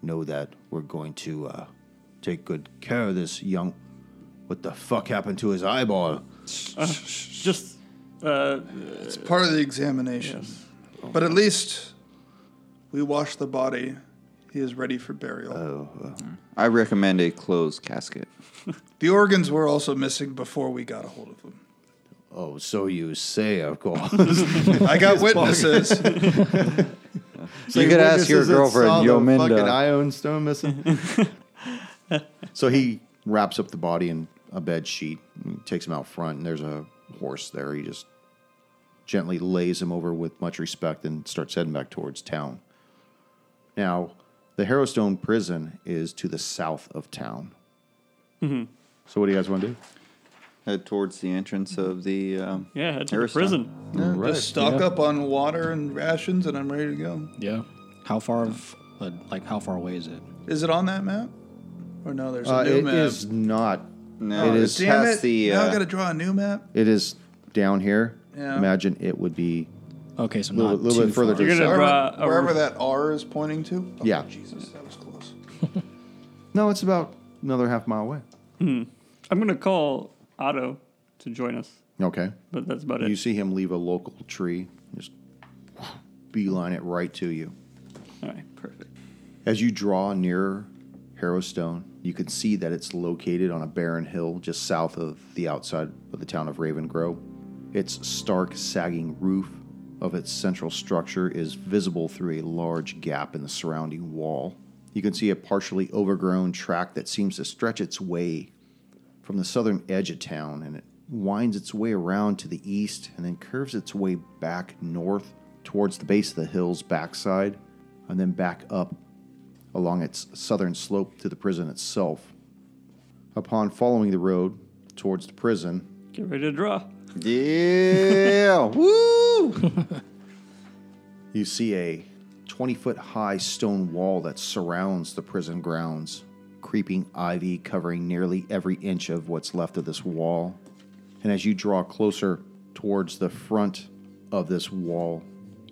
know that we're going to uh, take good care of this young. What the fuck happened to his eyeball? Just uh, It's part of the examination. But at least we wash the body. He is ready for burial. Oh. I recommend a closed casket. the organs were also missing before we got a hold of them. Oh, so you say, of course. I got witnesses. So you could ask your girlfriend, Yo Fucking Minda. ion stone missing. so he wraps up the body in a bed sheet, and takes him out front, and there's a horse there. He just gently lays him over with much respect and starts heading back towards town. Now, the Harrowstone prison is to the south of town. Mm-hmm. So what do you guys want to do? Head towards the entrance of the. Um, yeah, head to the Harrowstone. prison. Just stock up on water and rations, and I'm ready to go. Yeah. How far of uh, like how far away is it? Is it on that map? Or no, there's a Uh, new it map. is not. No, It Oh, is Damn past it. the, now uh, I got to draw a new map. It is down here. Yeah. Imagine it would be Okay, so Little- not little bit too further to- far. You're gonna Wherever, draw a- wherever that R is pointing to. Oh, Yeah. Jesus, that was close. no, it's about another half mile away. I'm gonna call Otto to join us, Okay. but that's about it. You see him leave a local tree, just beeline it right to you. All right, perfect. As you draw nearer Harrowstone, you can see that it's located on a barren hill just south of the outside of the town of Raven Grove. Its stark, sagging roof of its central structure is visible through a large gap in the surrounding wall. You can see a partially overgrown track that seems to stretch its way from the southern edge of town and it winds its way around to the east and then curves its way back north towards the base of the hill's backside and then back up along its southern slope to the prison itself. Upon following the road towards the prison, Get ready to draw. yeah, woo! you see a 20 foot high stone wall that surrounds the prison grounds, creeping ivy covering nearly every inch of what's left of this wall. And as you draw closer towards the front of this wall,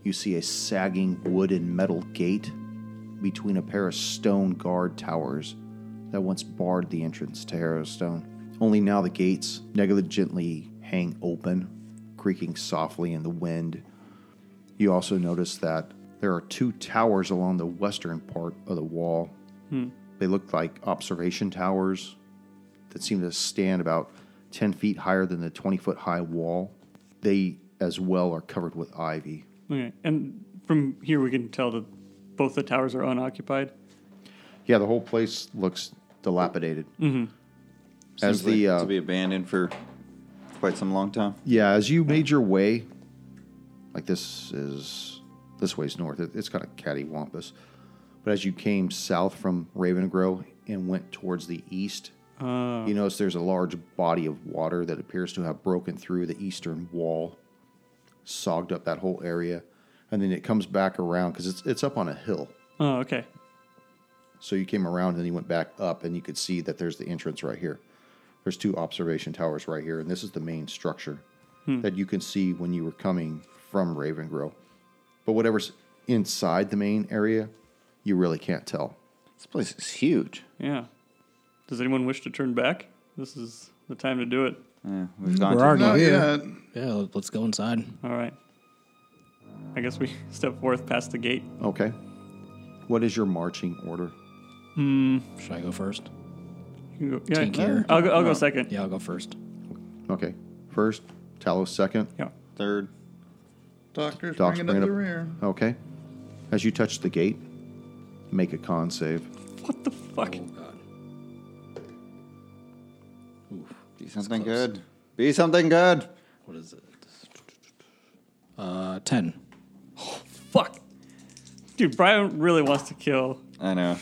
you see a sagging wood and metal gate between a pair of stone guard towers that once barred the entrance to Harrowstone. Only now the gates negligently hang open, creaking softly in the wind. You also notice that there are two towers along the western part of the wall. They look like observation towers that seem to stand about 10 feet higher than the 20 foot high wall. They, as well, are covered with ivy. Okay. And from here we can tell that both the towers are unoccupied. Yeah, the whole place looks dilapidated. Seems As the like uh, to be abandoned for quite some long time. yeah, as you made your way, like this is this way's north. It, it's kind of cattywampus, but as you came south from Ravengrow and went towards the east, you notice there's a large body of water that appears to have broken through the eastern wall, sogged up that whole area, and then it comes back around because it's it's up on a hill. Oh, okay. So you came around and then you went back up, and you could see that there's the entrance right here. There's two observation towers right here, and this is the main structure that you can see when you were coming from Ravengrow. But whatever's inside the main area, you really can't tell. This place is huge. Yeah. Does anyone wish to turn back? This is the time to do it. Yeah, Mm-hmm. we've gone We're to already Not here. yet. Yeah, let- let's go inside. All right. I guess we step forth past the gate. Okay. What is your marching order? Should I go first? You can go- yeah, Take care. I'll go, I'll go second. Yeah, I'll go first. Okay. First, Talos second. Yeah. third. Doctor's Doc's bringing up the bringing rear. Okay. As you touch the gate, make a con save. What the fuck? God. Be something good. Be something good. What is it? Uh, 10. Fuck. Dude, Brian really wants to kill. I know.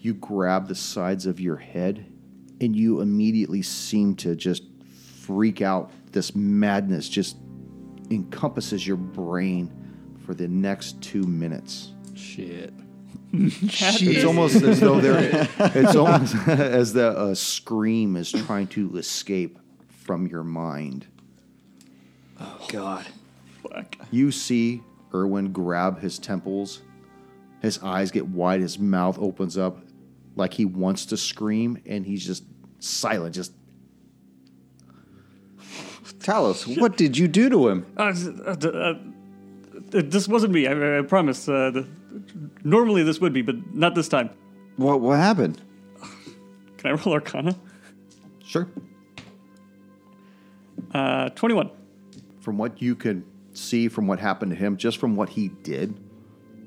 you grab the sides of your head and you immediately seem to just freak out this madness just encompasses your brain for the next two minutes Shit. it's almost as though there it's almost as though a scream is trying to escape from your mind God. Fuck. You see Erwin grab his temples. His eyes get wide, his mouth opens up like he wants to scream, and he's just silent. Just Talos, what did you do to him? Uh, s- uh, d- uh, uh, this wasn't me. I, I promise. Uh, the, normally this would be, but not this time. What what happened? Can I roll Arcana? sure. Uh, 21. From what you can see, from what happened to him, just from what he did,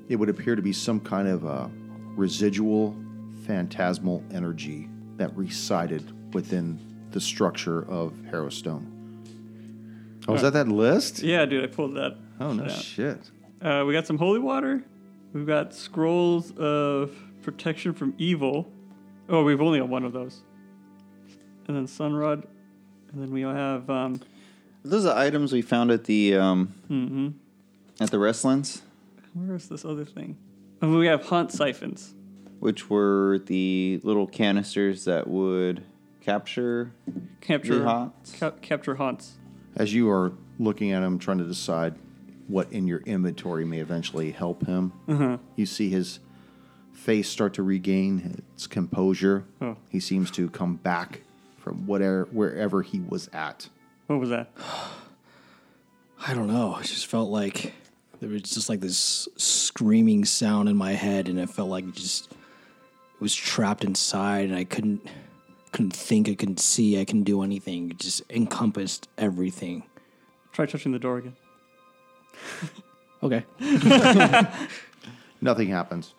it would appear to be some kind of a residual phantasmal energy that resided within the structure of Harrowstone. Oh, is that that list? Yeah, dude, I pulled that. Oh, no Yeah. shit. Uh, we got some holy water. We've got scrolls of protection from evil. Oh, we've only got one of those. And then sunrod. And then we have um, Those are items we found at the um Mm-hmm. at the wrestlings, where is this other thing? And we have haunt siphons. which were the little canisters that would capture Capture The haunts. Cap- capture haunts. as you are looking at him, trying to decide what in your inventory may eventually help him, you see his face start to regain its composure. Oh. He seems to come back from whatever wherever he was at. What was that? I don't know. It just felt like there was just like this screaming sound in my head, and it felt like it just it was trapped inside, and I couldn't couldn't think, I couldn't see, I couldn't do anything. It just encompassed everything. Try touching the door again. Okay. Nothing happens.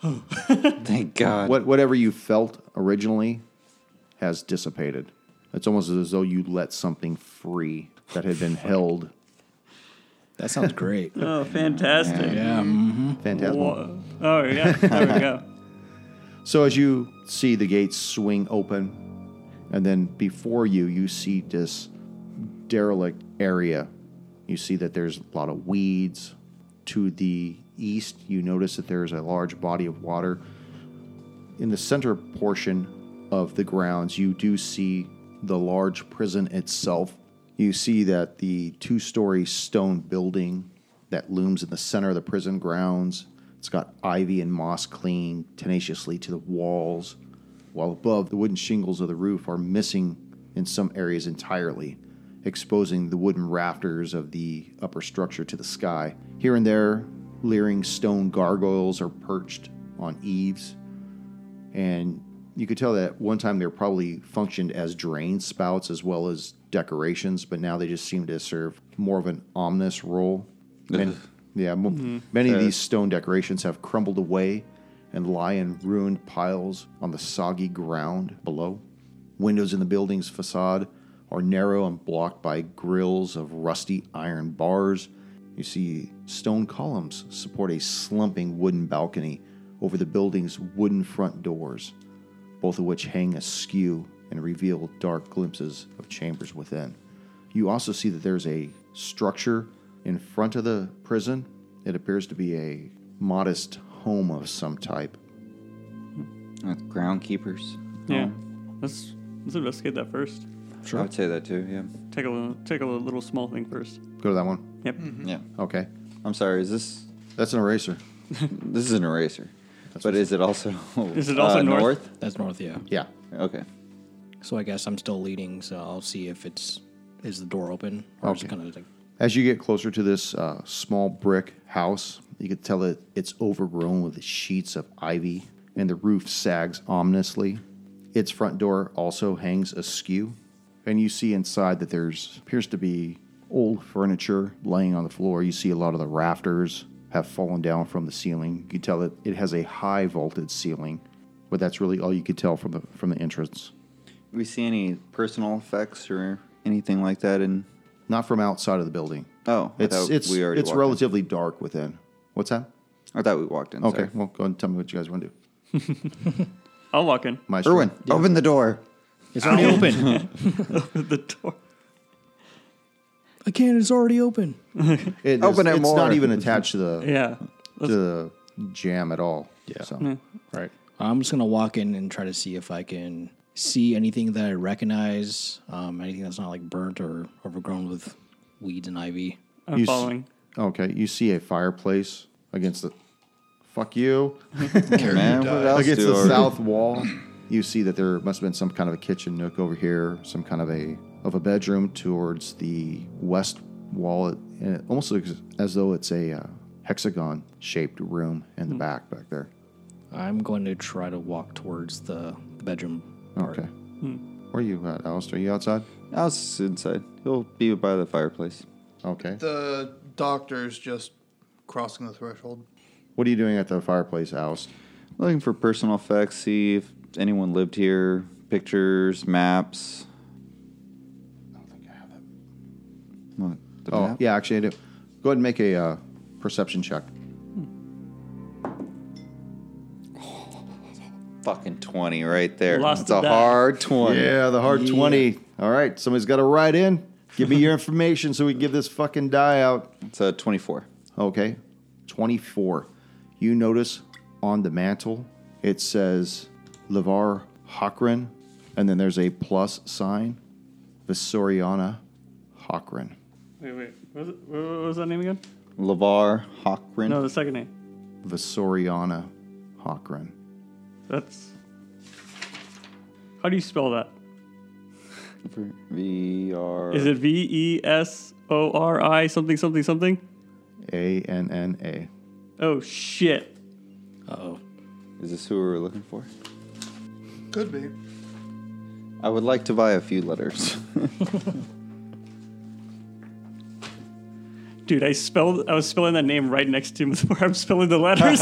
Thank God. what whatever you felt originally has dissipated. It's almost as though you let something free that had been held. That sounds great. Oh, fantastic. yeah. Phantasmal. Wha- Oh, yeah. There we go. So as you see the gates swing open, and then before you, you see this derelict area. You see that there's a lot of weeds. To the east, you notice that there's a large body of water. In the center portion of the grounds, you do see the large prison itself. You see that the two story stone building that looms in the center of the prison grounds. It's got ivy and moss clinging tenaciously to the walls, while above, the wooden shingles of the roof are missing in some areas entirely, exposing the wooden rafters of the upper structure to the sky. Here and there, leering stone gargoyles are perched on eaves and you could tell that at one time they were probably functioned as drain spouts as well as decorations, but now they just seem to serve more of an ominous role. And yeah, mo- many of these stone decorations have crumbled away and lie in ruined piles on the soggy ground below. Windows in the building's facade are narrow and blocked by grills of rusty iron bars. You see stone columns support a slumping wooden balcony over the building's wooden front doors, both of which hang askew and reveal dark glimpses of chambers within. You also see that there's a structure in front of the prison. It appears to be a modest home of some type. Uh, groundkeepers. Yeah. Let's let's investigate that first. Sure. I would say that too. Yeah. Take a little, take a little small thing first. Go to that one. Yep. Yeah. Okay. I'm sorry. Is this That's an eraser. this is an eraser? but is it also Is it also uh, north? That's north, yeah. Yeah. north? Okay. So I guess I'm still leading, so I'll see if it's is the door open or it's Okay. kind of like As you get closer to this uh, small brick house, you can tell that it's overgrown with sheets of ivy and the roof sags ominously. Its front door also hangs askew, and you see inside that there's appears to be old furniture laying on the floor. You see a lot of the rafters have fallen down from the ceiling. You can tell that it has a high vaulted ceiling, but that's really all you could tell from the from the entrance. Do we see any personal effects or anything like that? And Not from outside of the building. oh, I It's thought it's we already it's walked relatively dark within. What's that? In. I thought we walked in. Okay, sorry. well, go ahead and tell me what you guys want to do. I'll walk in. My Erwin, open the door. It's already open. the door. I can't, it's already open. It Open is- it it's not more. even attached to the Yeah. to the jam at all. Yeah. So. Right. I'm just gonna walk in and try to see if I can see anything that I recognize, um, anything that's not like burnt or overgrown with weeds and ivy. I'm You s- following. Okay, you see a fireplace against the fuck you Man, what else against do the I- south wall. You see that there must have been some kind of a kitchen nook over here, some kind of a of a bedroom towards the west wall, and it almost looks as though it's a uh, hexagon shaped room in the back back there. I'm going to try to walk towards the, the bedroom. part. Okay. Where are you at, Alistair? Are you outside? Alice is inside. He'll be by the fireplace. Okay. The doctor's just crossing the threshold. What are you doing at the fireplace, Alistair? Looking for personal effects. See if anyone lived here. Pictures, maps. I don't think I have it. What? The Oh, map? yeah, actually, I do. Go ahead and make a uh, perception check. Fucking twenty right there. Lost It's a the die. hard twenty. Yeah, the hard 20. All right, somebody's got to write in. Give me your information so we can give this fucking die out. It's a twenty-four. Okay, 24. You notice on the mantle, it says Levar Hockran, and then there's a plus sign, Visoriana Hockran. Wait, wait. What was, it, what was that name again? Lavar Hochran. No, the second name. Visoriana Hockran. That's. How do you spell that? V R. Is it V E S O R I something something something? A N N A. Oh shit! Uh-oh. Is this who we were looking for? Could be. I would like to buy a few letters. Dude, I spelled. I was spelling that name right next to where I'm spelling the letters.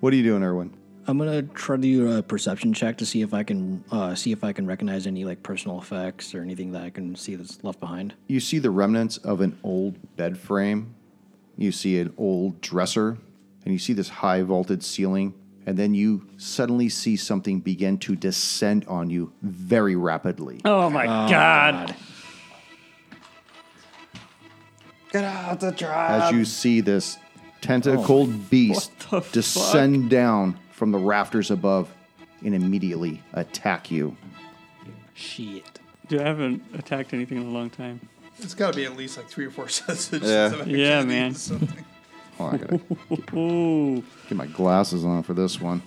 What are you doing, Erwin? I'm gonna try to do a perception check to see if I can uh, see if I can recognize any like personal effects or anything that I can see that's left behind. You see the remnants of an old bed frame. You see an old dresser. And you see this high vaulted ceiling. And then you suddenly see something begin to descend on you very rapidly. Oh my god. as you see this tentacled beast Um, oh, what the descend down from the rafters above and immediately attack you. Shit. Dude, I haven't attacked anything in a long time. It's got to be at least like three or four sets of Yeah. of Yeah, activities man. or something. Hold on, Oh, I gotta Ooh. get my glasses on for this one.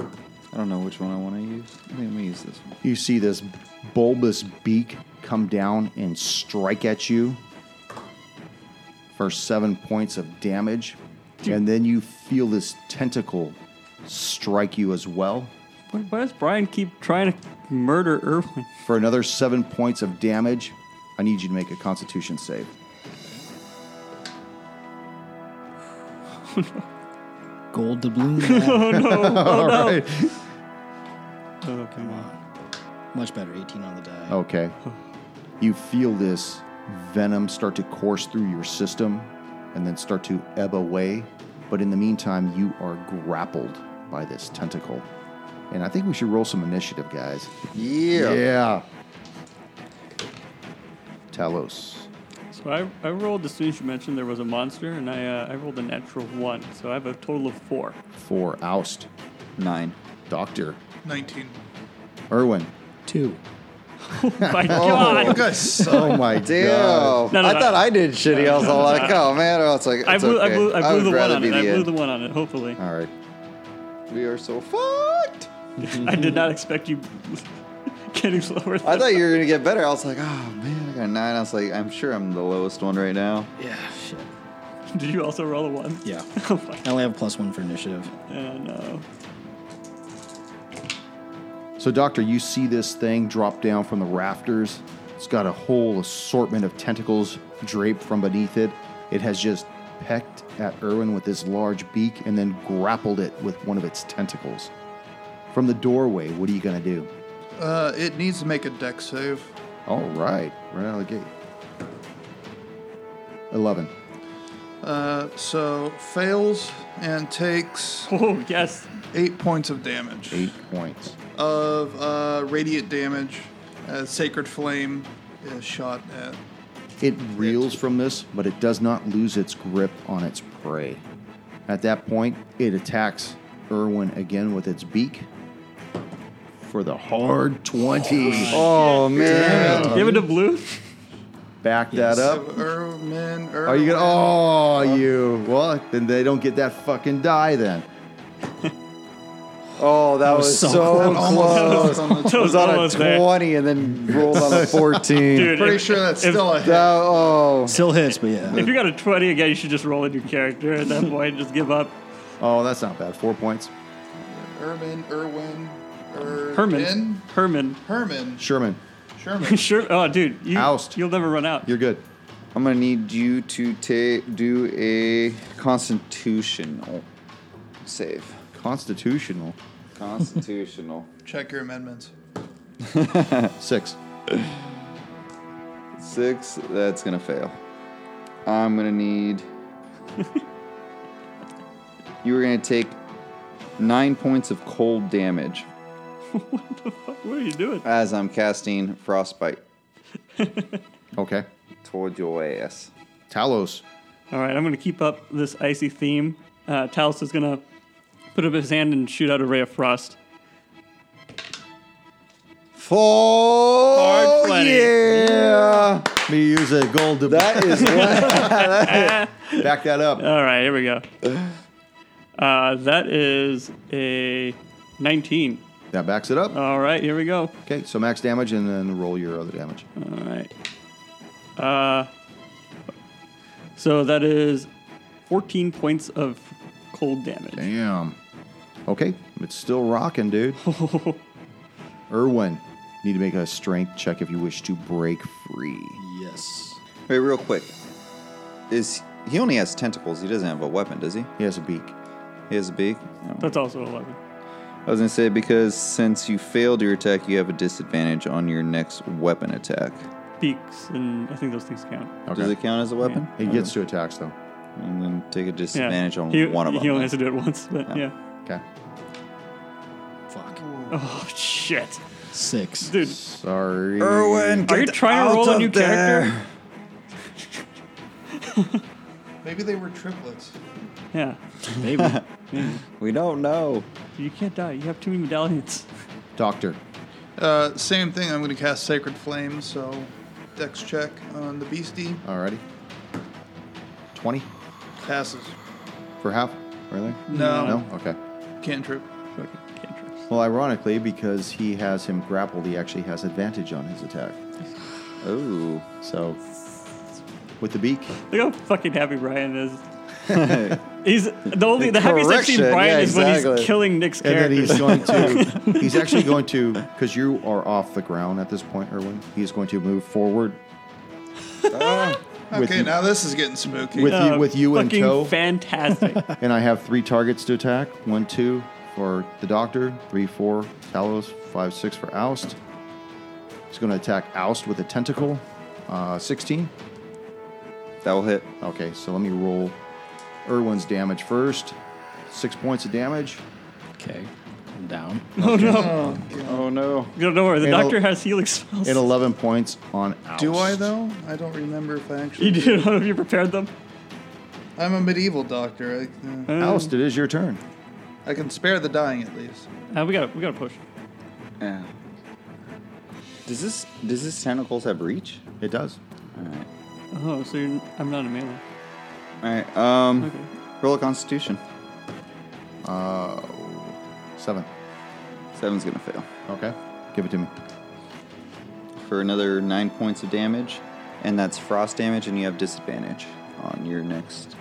I don't know which one I want to use. I think I'm gonna use this one. You see this bulbous beak come down and strike at you for seven points of damage. And then you feel this tentacle strike you as well Why, why does Brian keep trying to murder Irwin? for another seven points of damage. I need you to make a constitution save. Gold doubloon. yeah. Oh, come on. Much better. 18 on the die. Okay. You feel this venom start to course through your system and then start to ebb away. But in the meantime, you are grappled by this tentacle. And I think we should roll some initiative, guys. Yeah. Yeah. Talos. So I, I rolled, as soon as you mentioned there was a monster, and I, uh, I rolled a natural one. So I have a total of four. For Oust. Nine. Doctor. 19. Erwin. Two. My god. Guys, Oh my god. No, no, I no. thought I did shitty. I was all like, oh man, I was like, I it's blew, okay. I blew, I blew would the one rather on be it. I blew end. the one on it, hopefully. All right. We are so fucked. I did not expect you getting slower. I Than thought you were gonna get better. I was like, oh man, I got a nine. I was like, I'm sure I'm the lowest one right now. Yeah. Shit. Did you also roll a one? Yeah. Oh my I only have plus one for initiative. Oh, no. So, Doctor, you see this thing drop down from the rafters. It's got a whole assortment of tentacles draped from beneath it. It has just pecked at Erwin with its large beak and then grappled it with one of its tentacles. From the doorway, what are you going to do? uh, it needs to make a deck save. All right, right out of the gate. 11. Uh, so fails and takes Oh, yes. eight points of damage. Eight points. Of uh, radiant damage as Sacred Flame is shot at. It reels from this, but it does not lose its grip on its prey. At that point, it attacks Erwin again with its beak for the hard 20. Oh man. Give it to Blue. Back that up. Erwin, Are you gonna? Oh, you. Well, then they don't get that fucking die then. Oh, that, was, so so, close. close. It That was was on a almost there. 20 and then rolled on a 14. Dude, Pretty if, sure that's if- still a hit. That- oh. Still hits, but yeah. If you got a 20 again, you should just roll in your character at that point and just give up. Oh, that's not bad. Four points. Erwin, Erwin, Erwin. Herman. Herman. Herman. Sherman, Sherman. sure. Oh, dude. You, Oust. You'll never run out. you're good. I'm gonna need you to ta- do a constitutional save. Constitutional. Constitutional. Check your amendments. Six. Six. That's gonna fail. I'm gonna need. you were gonna take nine points of cold damage What are you doing? as I'm casting frostbite Okay. toward your ass. Talos. All right, I'm going to keep up this icy theme. Uh, Talos is going to put up his hand and shoot out a ray of frost. Four. Hard 20. Yeah. Me use a gold. to- That is one. Back that up. All right, here we go. Uh, that is a 19. That backs it up. All right, here we go. Okay, so max damage and then roll your other damage. All right. Uh, so that is 14 points of cold damage. Damn. Okay, it's still rocking, dude. Erwin, need to make a strength check if you wish to break free. Yes. Wait, real quick. Is he only has tentacles? He doesn't have a weapon, does he? He has a beak. He has a beak. No. That's also 11. I was gonna say because since you failed your attack, you have a disadvantage on your next weapon attack. Beaks, and I think those things count. Does it count as a weapon? He gets two attacks though. And then take a Yeah. disadvantage on he, one of them. He only has to do it once, but yeah. Okay. Fuck. Oh, shit. Six. Dude, Sorry. are you trying to roll a new character? Maybe they were triplets. Yeah. Maybe. We don't know. You can't die. You have too many medallions. Doctor. Uh, same thing. I'm going to cast Sacred Flame, so dex check on the beastie. Alrighty. Twenty Passes. for half. Really? No, No. Okay. cantrip. Fucking cantrips. Well, ironically, because he has him grappled, he actually has advantage on his attack. Oh, So, with the beak, Look how fucking happy Brian is. he's the only the happiest I've seen Correction, Brian yeah, is when exactly. he's killing Nick's and then character. he's going to, he's actually going to, because you are off the ground at this point, Erwin. He's going to move forward with Okay, you, now this is getting spooky. with you, with you in Oh, fucking tow, fantastic. Oh, and I have three targets to attack: one, two for the Doctor, three, four Talos, five, six for Oust. He's going to attack Oust with a tentacle, uh, sixteen. that will hit. Okay, so let me roll Irwin's damage first. Six points of damage. Okay. I'm down. Oh no. Don't worry, the It'll- doctor has healing spells. and 11 points on out. Do I though? I don't remember if I actually. You do not know if you prepared them. I'm a medieval doctor. I, uh, Oust, it is your turn. I can spare the dying at least. Uh, we got we got to push. Yeah. Does this does this tentacles have reach? It does. All right. Oh, so you're, I'm not a melee. All right. Um, Okay. roll a Constitution. Uh, seven. Seven's gonna fail Okay. Give it to me. for another nine points of damage, and that's frost damage, and you have disadvantage on your next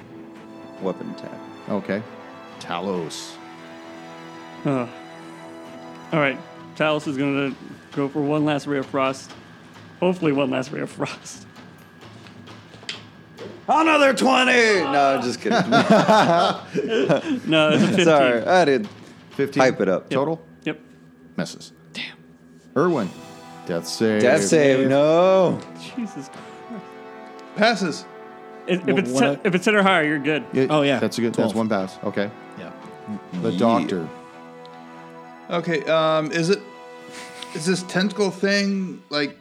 weapon attack. Okay. Talos. Ugh. All right, Talos is gonna go for one last ray of frost. Hopefully, one last ray of frost. Another twenty. No, just kidding. No, it's a fifteen. Sorry, I did 15. hype it up. Total? Yep. Misses. Damn. Irwin. Death save. Death save. No. Jesus. Christ. Passes. If, if it's what ten, I- if it's ten or higher, you're good. It- Oh, yeah. That's a good. Twelve. That's one pass. Okay. Yeah. The doctor. Okay. Um, is it? Is this tentacle thing like?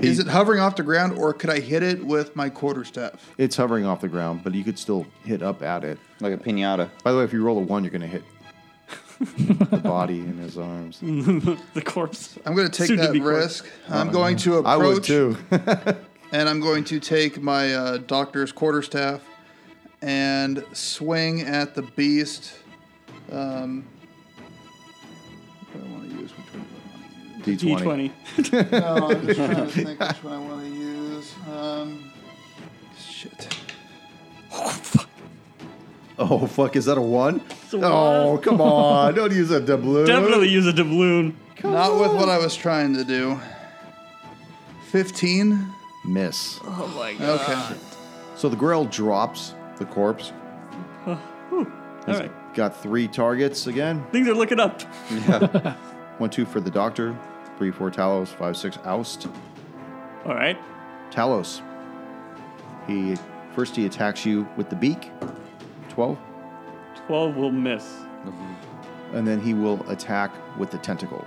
Is it hovering off the ground, or could I hit it with my quarterstaff? It's hovering off the ground, but you could still hit up at it. Like a pinata. By the way, if you roll a one, you're going to hit the body and his arms. The corpse. I'm going to take Soon to that be quarter- risk. I'm going to approach. I would too. and I'm going to take my uh, doctor's quarterstaff and swing at the beast. Um, what do I want to use? Which one D twenty. do I want to use? No, I'm just trying to think which one I want to use. Um, shit. Oh, fuck. Is that a one? a Oh, one. come on. Don't use a doubloon. Definitely use a doubloon. Not with what I was trying to do. 15? Miss. Okay. So the grail drops the corpse. All right, Got three targets again. things are looking up. One, two for the doctor. Three, four Talos. Five, six Oust. All right. Talos. He first he attacks you with the beak, twelve, 12 will miss. and then he will attack with the tentacle.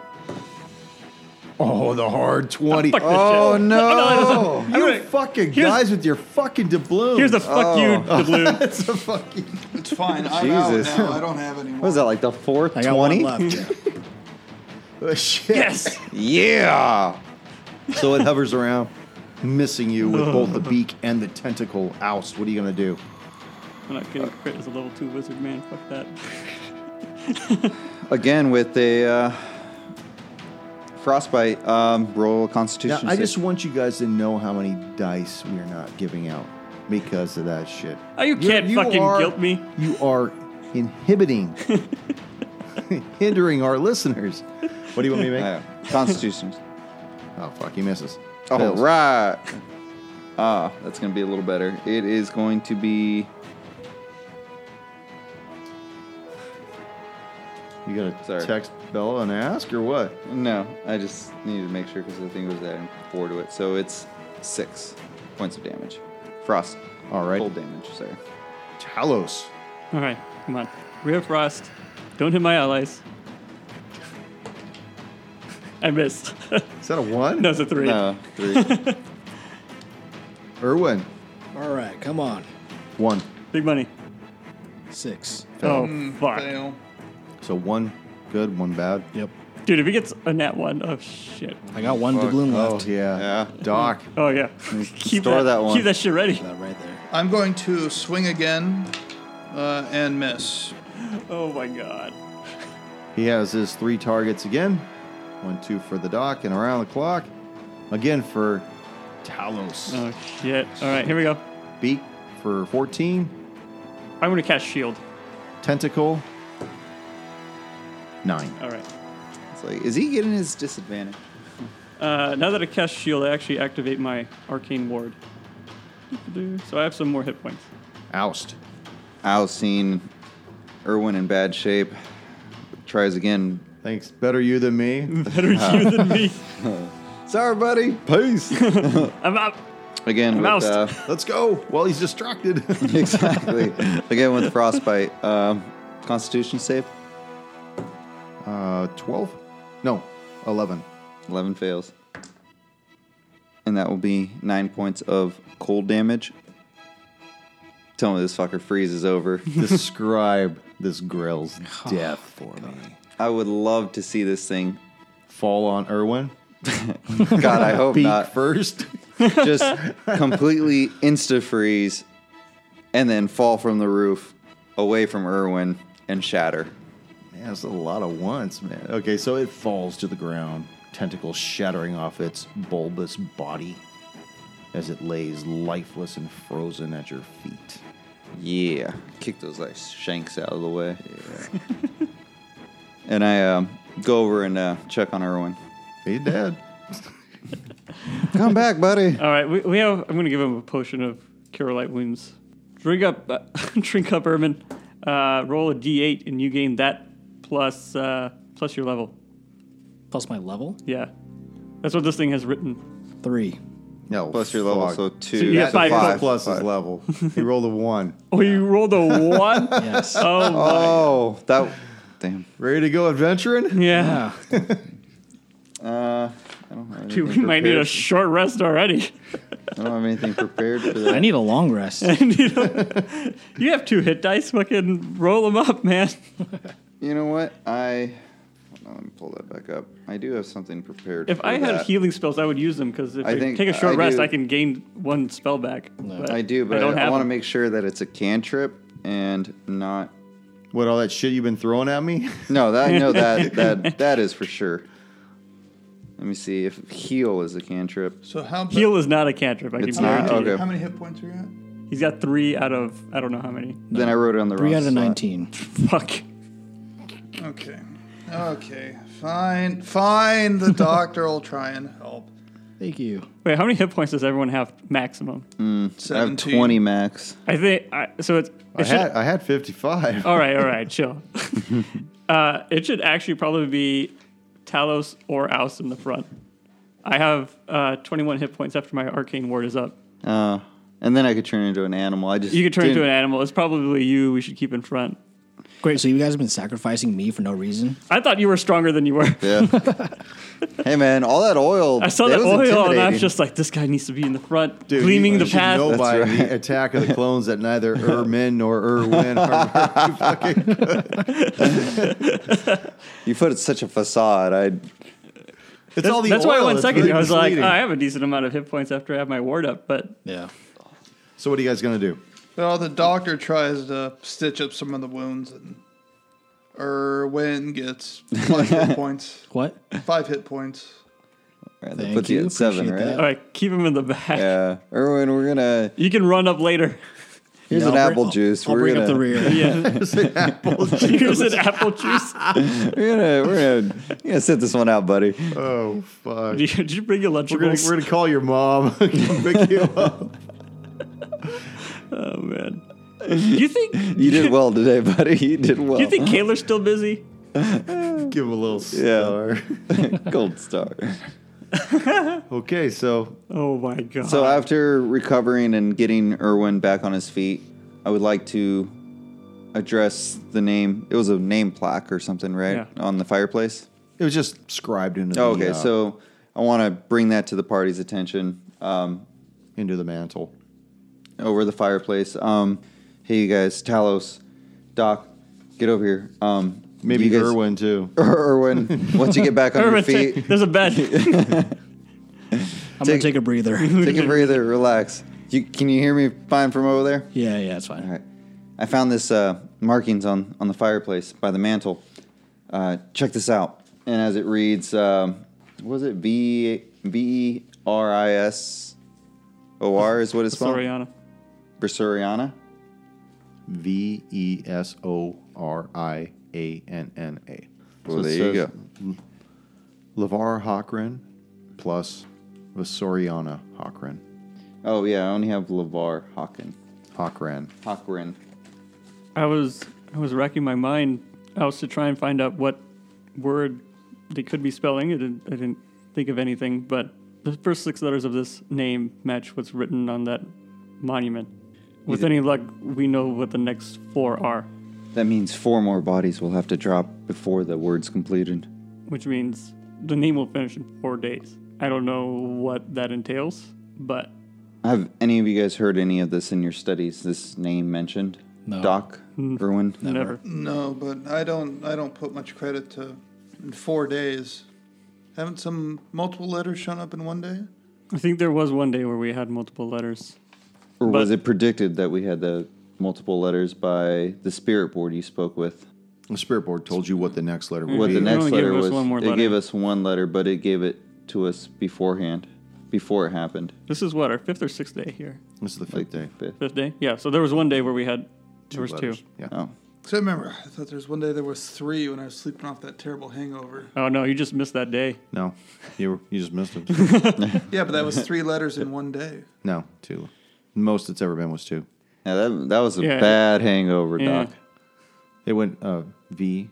Oh, the hard twenty. Fuck this oh shit. no! I'm you gonna- fucking here's- guys with your fucking doubloon. Here's the fuck you, doubloon. That's a fucking. It's fine. I'm Jesus. out now. I don't have any more. What is that? Like the fourth I got twenty? one left. Oh, Shit. yes. Yeah. So it hovers around, missing you with both the beak and the tentacle. Oust. What are you gonna do? I'm not getting crit as a level 2 wizard, man. Fuck that. Again with a uh, frostbite. Um, roll a Now, Constitution. I save. just want you guys to know how many dice we're not giving out because of that shit. Oh, you You're- can't fucking are- guilt me. You are inhibiting, hindering our listeners. What do you want me to make? Uh, Constitution. Oh, fuck, he misses. All Fails. right. Ah, that's gonna be a little better. It is going to be You gotta Sorry. text Bella and ask, or what? No, I just needed to make sure because the thing was adding four to it. So it's six points of damage. Frost. All right. Full damage, sorry. Talos. All right, come on. Rear frost. Don't hit my allies. I missed. Is that a one? no, it's a three. No, three. Irwin. All right, come on. One. Big money. Six. Fail. Oh fuck, Fail. So one good, one bad. Yep. dude! If he gets a nat one, oh shit. I got one doubloon Oh left. yeah. Yeah. Doc. Oh yeah. keep Store that one. Keep that shit ready. That right there. I'm going to swing again uh, and miss. Oh my god. He has his three targets again. One, two for the Doc, and around the clock. Again for Talos. Oh shit. All right, here we go. Beak for 14. I'm gonna cast shield. Tentacle. Nine. All right. It's like, is he getting his disadvantage? Uh, now that I cast shield, I actually activate my arcane ward. So I have some more hit points. Oust. I've seen Irwin in bad shape. Tries again. Thanks. Better you than me. Better you than me. Sorry, buddy. Peace. I'm out. Again with Mouse. uh, Let's go. Well, he's distracted. exactly. Again with frostbite. Um, Constitution save. uh, 12? No, 11. Eleven fails. And that will be nine points of cold damage. Tell me this fucker freezes over. Describe this grill's death for me. I would love to see this thing. Fall on Irwin. God, I hope Beak not. first. Just completely insta freeze, and then fall from the roof, away from Irwin, and shatter. Man, that's a lot of ones, man. Okay, so it falls to the ground, tentacles shattering off its bulbous body as it lays lifeless and frozen at your feet. Yeah, kick those like shanks out of the way. and I um, go over and uh, check on Irwin. He's dead. Come back, buddy. All right, we, we have. I'm gonna give him a potion of cure light wounds. Drink up, uh, drink up, Ermin. Uh, roll a d8 and you gain that plus uh, plus your level. Plus my level Yeah, that's what this thing has written. three. No. Plus your level, fuck. so two. Oh, So you get so five Five Five. plus his level. He rolled a one. Oh, you rolled a one. Yes. Oh my. Oh, that. Damn. Ready to go adventuring? Yeah, Uh, I don't have dude, we anything might need a prepared. short rest already. I don't have anything prepared for that. I need a long rest. you have two hit dice. Fucking roll them up, man. You know what? I. hold on, let me pull that back up. I do have something prepared. If for I had that. healing spells, I would use them because if I I, think take a short I rest, do. I can gain one spell back. But I do, but I, don't have want to them. make sure that it's a cantrip and not. What, all that shit you've been throwing at me? No, that I know that that that is for sure. Let me see if heal is a cantrip. So how ba- Heal is not a cantrip. I It's can not, guarantee it. okay. How many hit points are you at? He's got three out of I don't know how many. Then I wrote it on the Three wrong out of slot. nineteen. Fuck. Okay. Okay. Fine. Fine. The doctor will try and help. Thank you. Wait, how many hit points does everyone have maximum? I have 17. twenty max. I think I, so. It's it I should. had, I had 55. all right, all right, chill. uh, it should actually probably be Talos or Oust in the front. I have uh, 21 hit points after my arcane ward is up. Uh, and then I could turn into an animal. I just You could turn into an didn't- animal. It's probably you. We should keep in front. Great. So you guys have been sacrificing me for no reason. I thought you were stronger than you were. Yeah. hey man, all that oil. I saw it that was oil, and I intimidating. was just like, this guy needs to be in the front, Dude, gleaming you the should path. know by That's the Attack of the Clones that neither Ermin nor Irwin are very fucking good. You put it such a facade. I It's all the That's why I oil. went It's second. really I was like, misleading. "Oh, I have a decent amount of hit points after I have my ward up, but Yeah. So what are you guys gonna do? Well, the doctor tries to stitch up some of the wounds, and Erwin gets five hit points. What? Five hit points. Alright, that Thank puts you, you at seven, appreciate right? that. all right, keep him in the back. Yeah, Erwin, we're gonna. You can run up later. Here's Yeah, an I'll bring- apple I'll- juice. I'll we're bring gonna, up the rear. Yeah, Apple juice. here's an apple juice. We're gonna. We're gonna. We're gonna sit this one out, buddy. Oh fuck. Did you, did you bring your We're gonna, lunchables? we're gonna call your mom. Pick you up. oh man, do you think You did well today, buddy. You did well. do you think Kaler's still busy? Give him a little star. Yeah. Gold star. okay, so Oh my god. So after recovering and getting Irwin back on his feet, I would like to address the name. It was a name plaque or something, right? Yeah. On the fireplace. it was just scribed into the Oh, okay, uh, so I want to bring that to the party's attention. Um, into the mantle. over the fireplace. Um, hey, you guys, Talos, Doc, get over here. Um, Maybe you guys, Irwin too. Irwin, once you get back on your Irwin, feet, take- there's a bed. I'm going Take- to take a breather. take a breather, relax. You can you hear me fine from over there? yeah, yeah, it's All fine. right. I found this uh, markings on, on the fireplace by the mantle. Uh, check this out. And as it reads, um, was it V V E R I S O R is what it's spelled? Soriana. Brasuriana? V E S O R I A N N A. Well, there you go. Lavar Hockren plus Vasoriana Hockren. Oh, yeah, I only have LeVar Hawkin. Hockran. Hawkrin. I was I was racking my mind. I was to try and find out what word they could be spelling. I didn't, I didn't think of anything, but the first six letters of this name match what's written on that monument. With any luck, we know what the next four are, That means four more bodies will have to drop before the word's completed. which means the name will finish in four days. I don't know what that entails, but Have any of you guys heard any of this in your studies? This name mentioned? No. Doc? Hmm. Irwin? never. No, but I don't. I don't put much credit to in four days. Haven't some multiple letters shown up in one day? I think there was one day where we had multiple letters. Or was But- it predicted that we had the multiple letters by the spirit board you spoke with? The spirit board told you what the next letter would What be. the next only gave letter us was? one more it letter. gave us one letter, but it gave it to us beforehand, before it happened. This is what our fifth or sixth day here. this is the fifth day. Fifth. Fifth day, yeah. So there was one day where we had there was two. letters. Yeah. Oh, Because I remember, I thought there was one day there was three when I was sleeping off that terrible hangover. Oh no, you just missed that day. No, you, were- you just missed it. Yeah, but that was three letters in one day. no, two. Most it's ever been was two. yeah, that, that was a Yeah. bad hangover, Yeah. Doc. It went uh, V,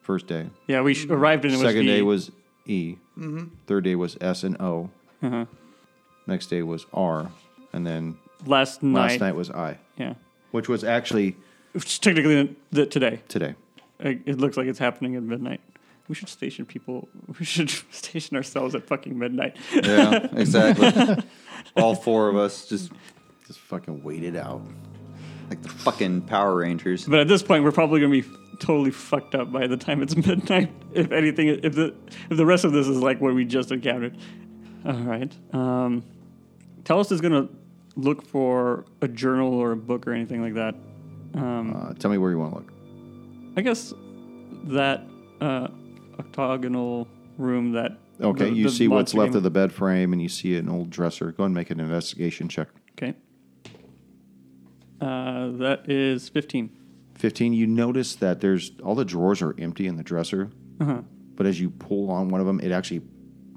first day. Yeah, we sh- arrived and it was Mm-hmm. Second day the- was E. Third day was S and O. Uh-huh. Next day was R. And then last night. last night was I, Yeah, which was actually which is technically the, today. today. It it looks like it's happening at midnight. We should station people. We should station ourselves at fucking midnight. Yeah, exactly. All four of us just Just fucking wait it out. like the fucking Power Rangers. but at this point, we're probably gonna be totally fucked up by the time it's midnight. If anything, if the if the rest of this is like what we just encountered. All right. Um, Talos is gonna look for a journal or a book or anything like that. Uh, tell me where you want to look. I guess that uh, octagonal room that. Okay, the- you the see what's monster left came- of the bed frame, and you see an old dresser. Go ahead and make an investigation check. Okay. Uh, that is 15. 15 you notice that there's all the drawers are empty in the dresser Uh-huh. but as you pull on one of them it actually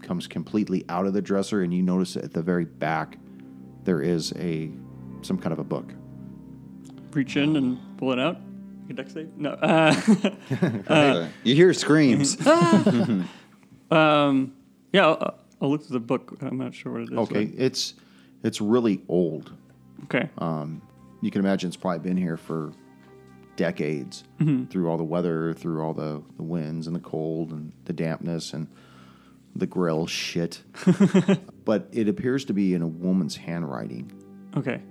comes completely out of the dresser and you notice that at the very back there is a some kind of a book Reach in and pull it out. Your deck save? No. Uh, Uh, you hear screams. um, yeah, I'll, I'll look through the book. I'm not sure what it is. okay it's it's really old but- Okay. Uh. you can imagine it's probably been here for decades through all the weather through all the, the winds and the cold and the dampness and the grill shit but it appears to be in a woman's handwriting okay.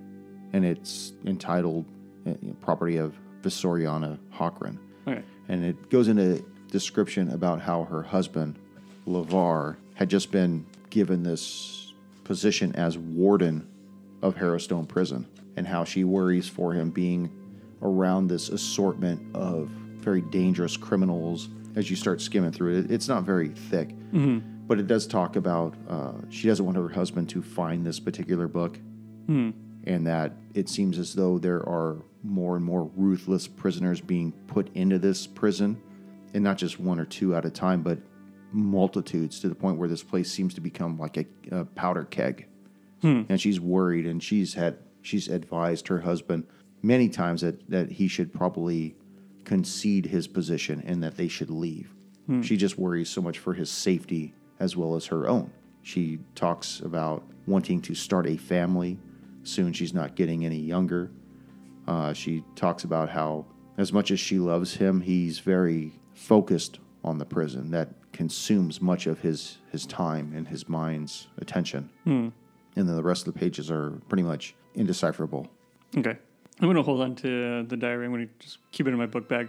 and it's entitled uh, you know, "Property of Visoriana Hockren," Okay. and it goes into description about how her husband Lavar had just been given this position as warden of Harrowstone Prison, and how she worries for him being around this assortment of very dangerous criminals. As you start skimming through it, it's not very thick. But it does talk about uh, she doesn't want her husband to find this particular book and that it seems as though there are more and more ruthless prisoners being put into this prison, and not just one or two at a time, but multitudes to the point where this place seems to become like a, a powder keg. And she's worried, and she's had she's advised her husband many times that that he should probably concede his position and that they should leave. She just worries so much for his safety as well as her own. She talks about wanting to start a family. Soon she's not getting any younger. Uh, she talks about how, as much as she loves him, he's very focused on the prison. That consumes much of his, his time and his mind's attention. And then the rest of the pages are pretty much indecipherable. Okay. I'm going to hold on to uh, the diary. I'm going to just keep it in my book bag.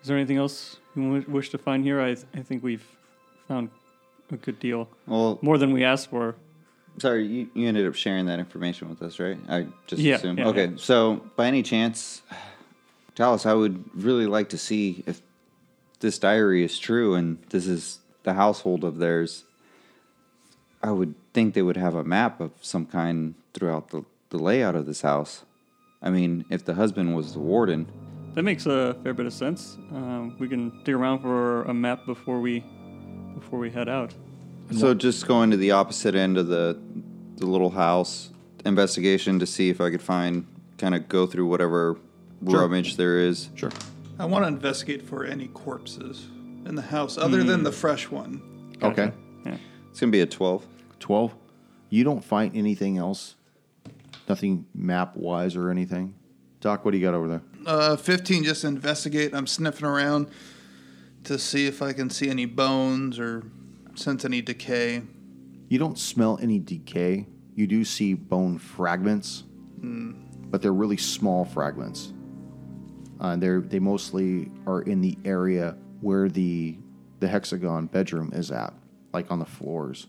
Is there anything else you w- wish to find here? I, th- I think we've found a good deal. Well, More than we asked for. sorry, you, you ended up sharing that information with us, right? I just Yeah, assumed. yeah, okay, yeah. so by any chance, Talos, I would really like to see if this diary is true and this is the household of theirs. I would think they would have a map of some kind throughout the, the layout of this house. I mean, if the husband was the warden, That makes a fair bit of sense. Um, we can dig around for a map before we before we head out. So just going to the opposite end of the the little house investigation to see if I could find kind of go through whatever rummage there is. Sure. I want to investigate for any corpses in the house other than the fresh one. Okay. Yeah. It's gonna be a twelve. 12. You don't find anything else? Nothing map wise or anything? Doc, what do you got over there? Uh, 15, just investigate. I'm sniffing around to see if I can see any bones or sense any decay. You don't smell any decay. You do see bone fragments, but they're really small fragments. Uh, and they're, they mostly are in the area where the, the hexagon bedroom is at, like on the floors.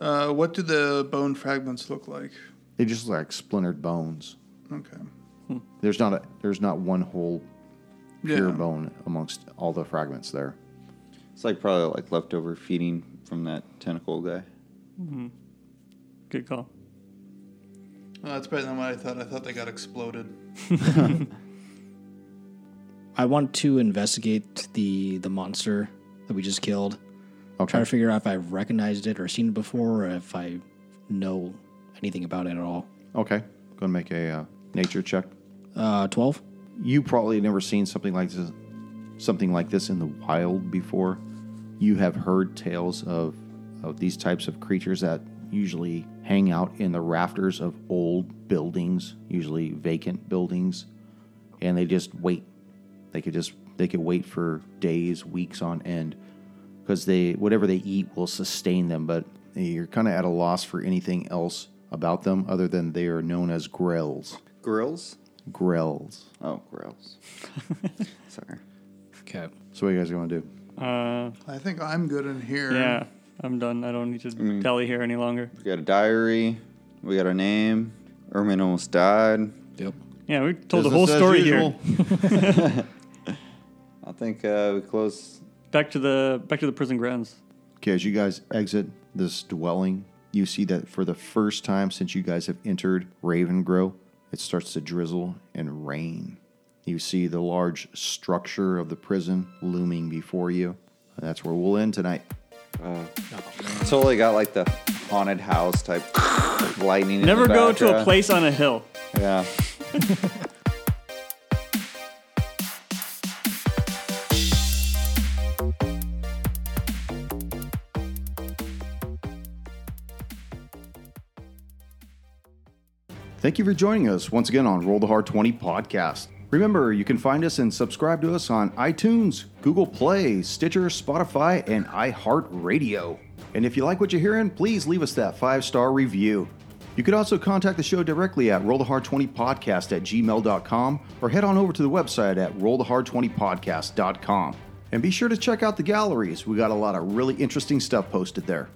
Uh, what do the bone fragments look like? They just look like splintered bones. Okay. There's not, a, there's not one whole Yeah. pure bone amongst all the fragments there. It's like probably like leftover feeding from that tentacle guy. Good call. Well, that's better than what I thought. I thought they got exploded. I want to investigate the the monster that we just killed. Try to figure out if I've recognized it or seen it before, or if I know anything about it at all. Okay, go and make a uh, nature check. Uh, Twelve. You probably never seen something like this, something like this in the wild before. You have heard tales of of these types of creatures that usually hang out in the rafters of old buildings, usually vacant buildings, and they just wait. They could just they could wait for days, weeks on end, because they whatever they eat will sustain them. But you're kind of at a loss for anything else about them other than they are known as grells. Grills? Grells. Oh, grills. Sorry. Okay. So what you guys going to do? Uh, I think I'm good in here. yeah, I'm done. I don't need to tally here any longer. We got a diary. We got a name. Ermin almost died. Yep. Yeah, we told the Business whole as story here. usual. I think uh, we close. Back to the back to the prison grounds. Okay, as you guys exit this dwelling, you see that for the first time since you guys have entered Ravengrow, it starts to drizzle and rain. You see the large structure of the prison looming before you. And that's where we'll end tonight. Uh, Totally got like the haunted house type lightning. in the Never go to a background. place on a hill. Yeah. Thank you for joining us once again on Roll the Hard 20 podcast. Remember, you can find us and subscribe to us on iTunes, Google Play, Stitcher, Spotify, and iHeartRadio. And if you like what you're hearing, please leave us that five star review. You can also contact the show directly at rollthehard20podcast at gmail.com or head on over to the website at rollthehard20podcast.com. And be sure to check out the galleries. We got a lot of really interesting stuff posted there.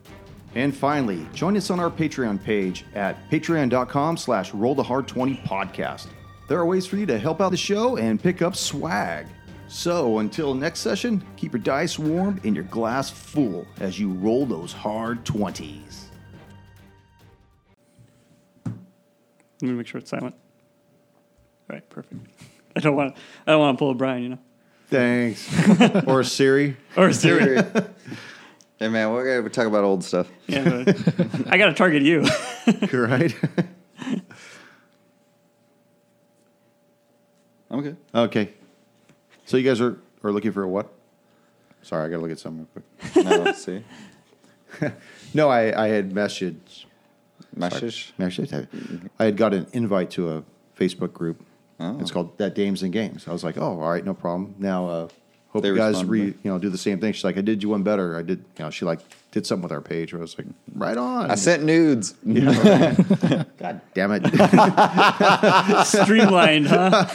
And finally, join us on our Patreon page at patreon.com slash rollthehard20podcast. There are ways for you to help out the show and pick up swag. So until next session, keep your dice warm and your glass full as you roll those hard 20s. Let me make sure it's silent. All right, perfect. I don't want I don't want to pull a Brian, you know, Thanks. or Siri. or Siri. Hey man, we're gonna talk about old stuff. yeah, but I gotta target you. Right? I'm good. okay. So you guys are, are looking for a what? Sorry, I got to look at something real quick. No, see? No, I, I had messaged. Message. Mm-hmm. messaged I, I had got an invite to a Facebook group. Oh. It's called That Dames and Games. I was like, oh, all right, no problem. Now, uh, hope They you guys responded re, you back. know do the same thing. She's like, I did you one better. I did. You know, she like did something with our page. Where I was like, right on. I sent nudes. God damn it. Streamlined, huh?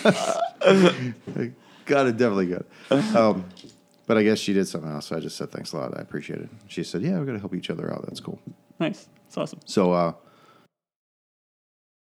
Got it, definitely good. Um, but I guess she did something else. So I just said thanks a lot. I appreciate it. She said, yeah, we're gonna help each other out. That's cool. Nice. It's awesome. So uh,